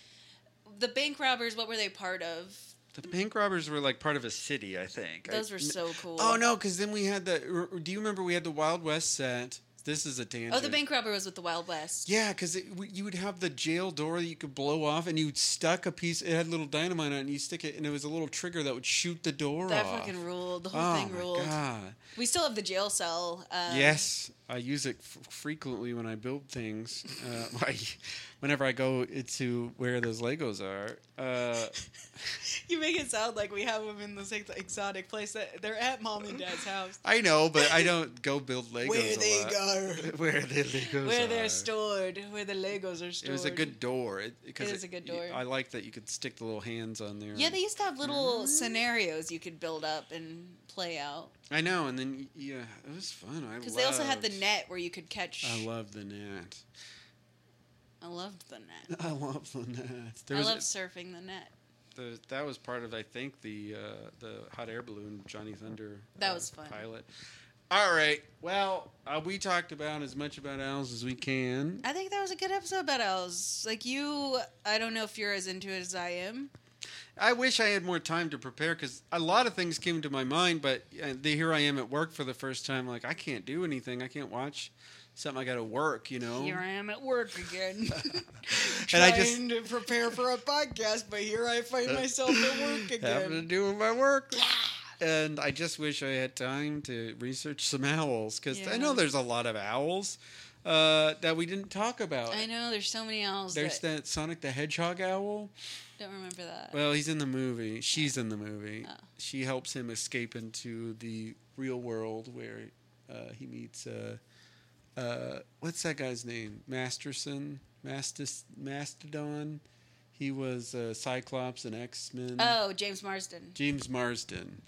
the bank robbers. What were they part of?
the pink robbers were like part of a city, I think.
Those
I-
were so cool.
Oh no, because then we had the. r- Do you remember we had the Wild West set? This is a tangent.
Oh, the bank robber was with the Wild West.
Yeah, because you would have the jail door that you could blow off, and you stuck a piece. It had little dynamite on it, and you stick it, and it was a little trigger that would shoot the door
that
off.
fucking ruled. The whole
oh
thing
my
ruled.
god!
We still have the jail cell. Um,
Yes, I use it f- frequently when I build things. Uh, [LAUGHS] I, whenever I go to where those Legos are, uh,
[LAUGHS] You make it sound like we have them in this ex- exotic place. That they're at mom and
[LAUGHS]
dad's house,
I know, but I don't go build Legos.
[LAUGHS] where
a
they
lot.
go,
[LAUGHS] where the Legos,
where
are.
they're stored, where the Legos are stored.
It was a good door. It, 'cause
It is a good door.
I like that you could stick the little hands on there.
Yeah, they used to have little
Mm-hmm.
scenarios you could build up and play out.
I know, and then yeah, it was fun. I
Because they also had the
loved-
net where you could catch.
I love the net. [LAUGHS]
I loved the net.
I love the net. There
I
was
love surfing the net.
the, that was part of I think the uh, the hot air balloon Johnny Thunder.
That
uh,
was fun.
Pilot. All right. Well, uh, we talked about as much about owls as we can.
I think that was a good episode about owls. Like you, I don't know if you're as into it as I am.
I wish I had more time to prepare because a lot of things came to my mind, but uh, the, here I am at work for the first time. Like I can't do anything. I can't watch something. I got to work. You know.
Here I am at work again,
[LAUGHS] And
trying [LAUGHS]
I just-
to prepare for a podcast, but here I find myself at
[LAUGHS]
work
having to
again.
do with my work. And I just wish I had time to research some owls because I know
Yeah.
there's a lot of owls uh, that we didn't talk about.
I know there's so many owls.
There's
that,
that Sonic the Hedgehog owl.
don't remember that.
Well, he's in the movie. She's in the movie.
Oh.
She helps him escape into the real world where uh, he meets uh, uh, what's that guy's name? Masterson, Mastis, Mastodon. He was uh, Cyclops and X Men.
Oh, James Marsden.
James Marsden.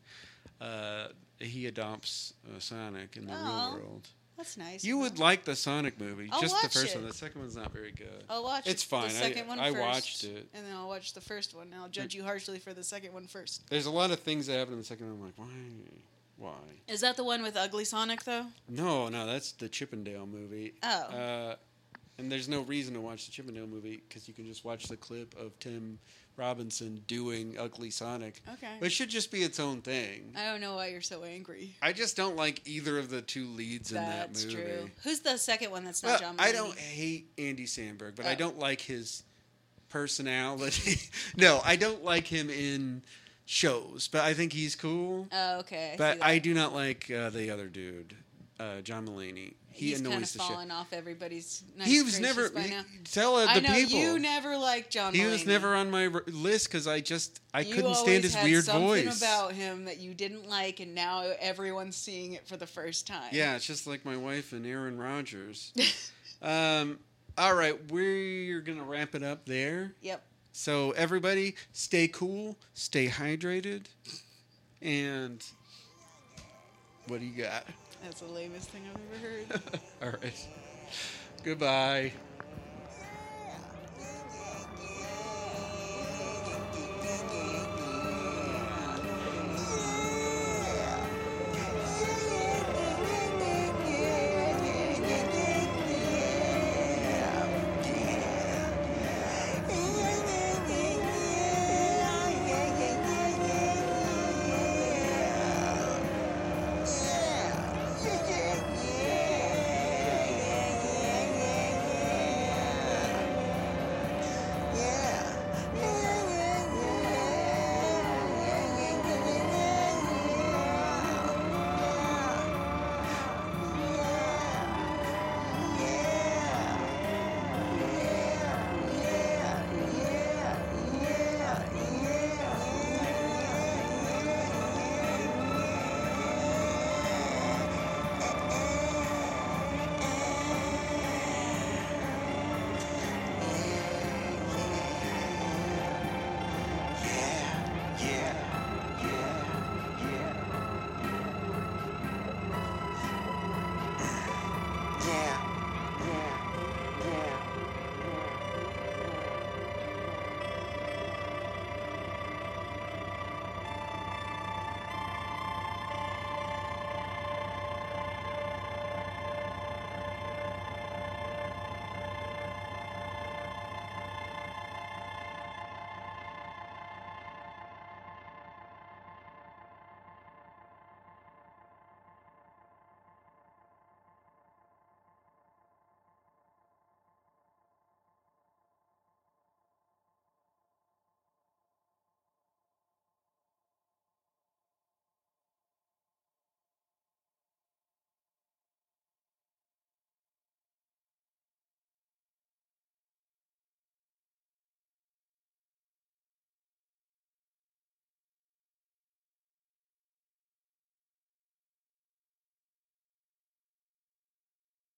Uh, he adopts uh, Sonic in the
Aw.
real world.
That's nice.
You would like the Sonic movie,
Oh. I'll
just the
watch
first
it. Oh.
one. The second one's not very good.
I'll watch.
It's fine. I-
The second one
I
first,
watched it. Mm.
and then I'll watch the first one. And I'll judge you harshly for the second one first.
There's a lot of things that happen in the second one. I'm like, why? Why?
Is that the one with Ugly Sonic though?
No, no, that's the Chippendale movie.
Oh.
Uh, and there's no reason to watch the Chippendale movie because you can just watch the clip of Tim Robinson doing Ugly Sonic.
Okay.
It should just be its own thing.
I don't know why you're so angry.
I just don't like either of the two leads
That's
in that movie.
true. Who's the second one that's
Well,
not John?
I
Mulaney?
don't hate Andy Sandberg, but I
Oh.
don't like his personality. [LAUGHS] no, I don't like him in shows, but I think he's cool.
Oh, okay. I see
but
that.
I do not like uh, the other dude, uh, John Mulaney. He
He's
annoys
kind of
the shit.
fallen off everybody's. Nice
he was
gracious
never.
By
he-
now.
tell uh, the
I know
people.
you never liked John.
he was
Mulaney.
never on my r- list because I just I
You
couldn't stand
always
his
had
weird
something
voice.
about him that you didn't like, and now everyone's seeing it for the first time.
yeah, it's just like my wife and Aaron Rodgers.
[LAUGHS]
um, all right, we're gonna wrap it up there.
Yep.
So everybody, stay cool, stay hydrated, and what do you got?
That's the lamest thing I've ever
All
heard.
right. Goodbye.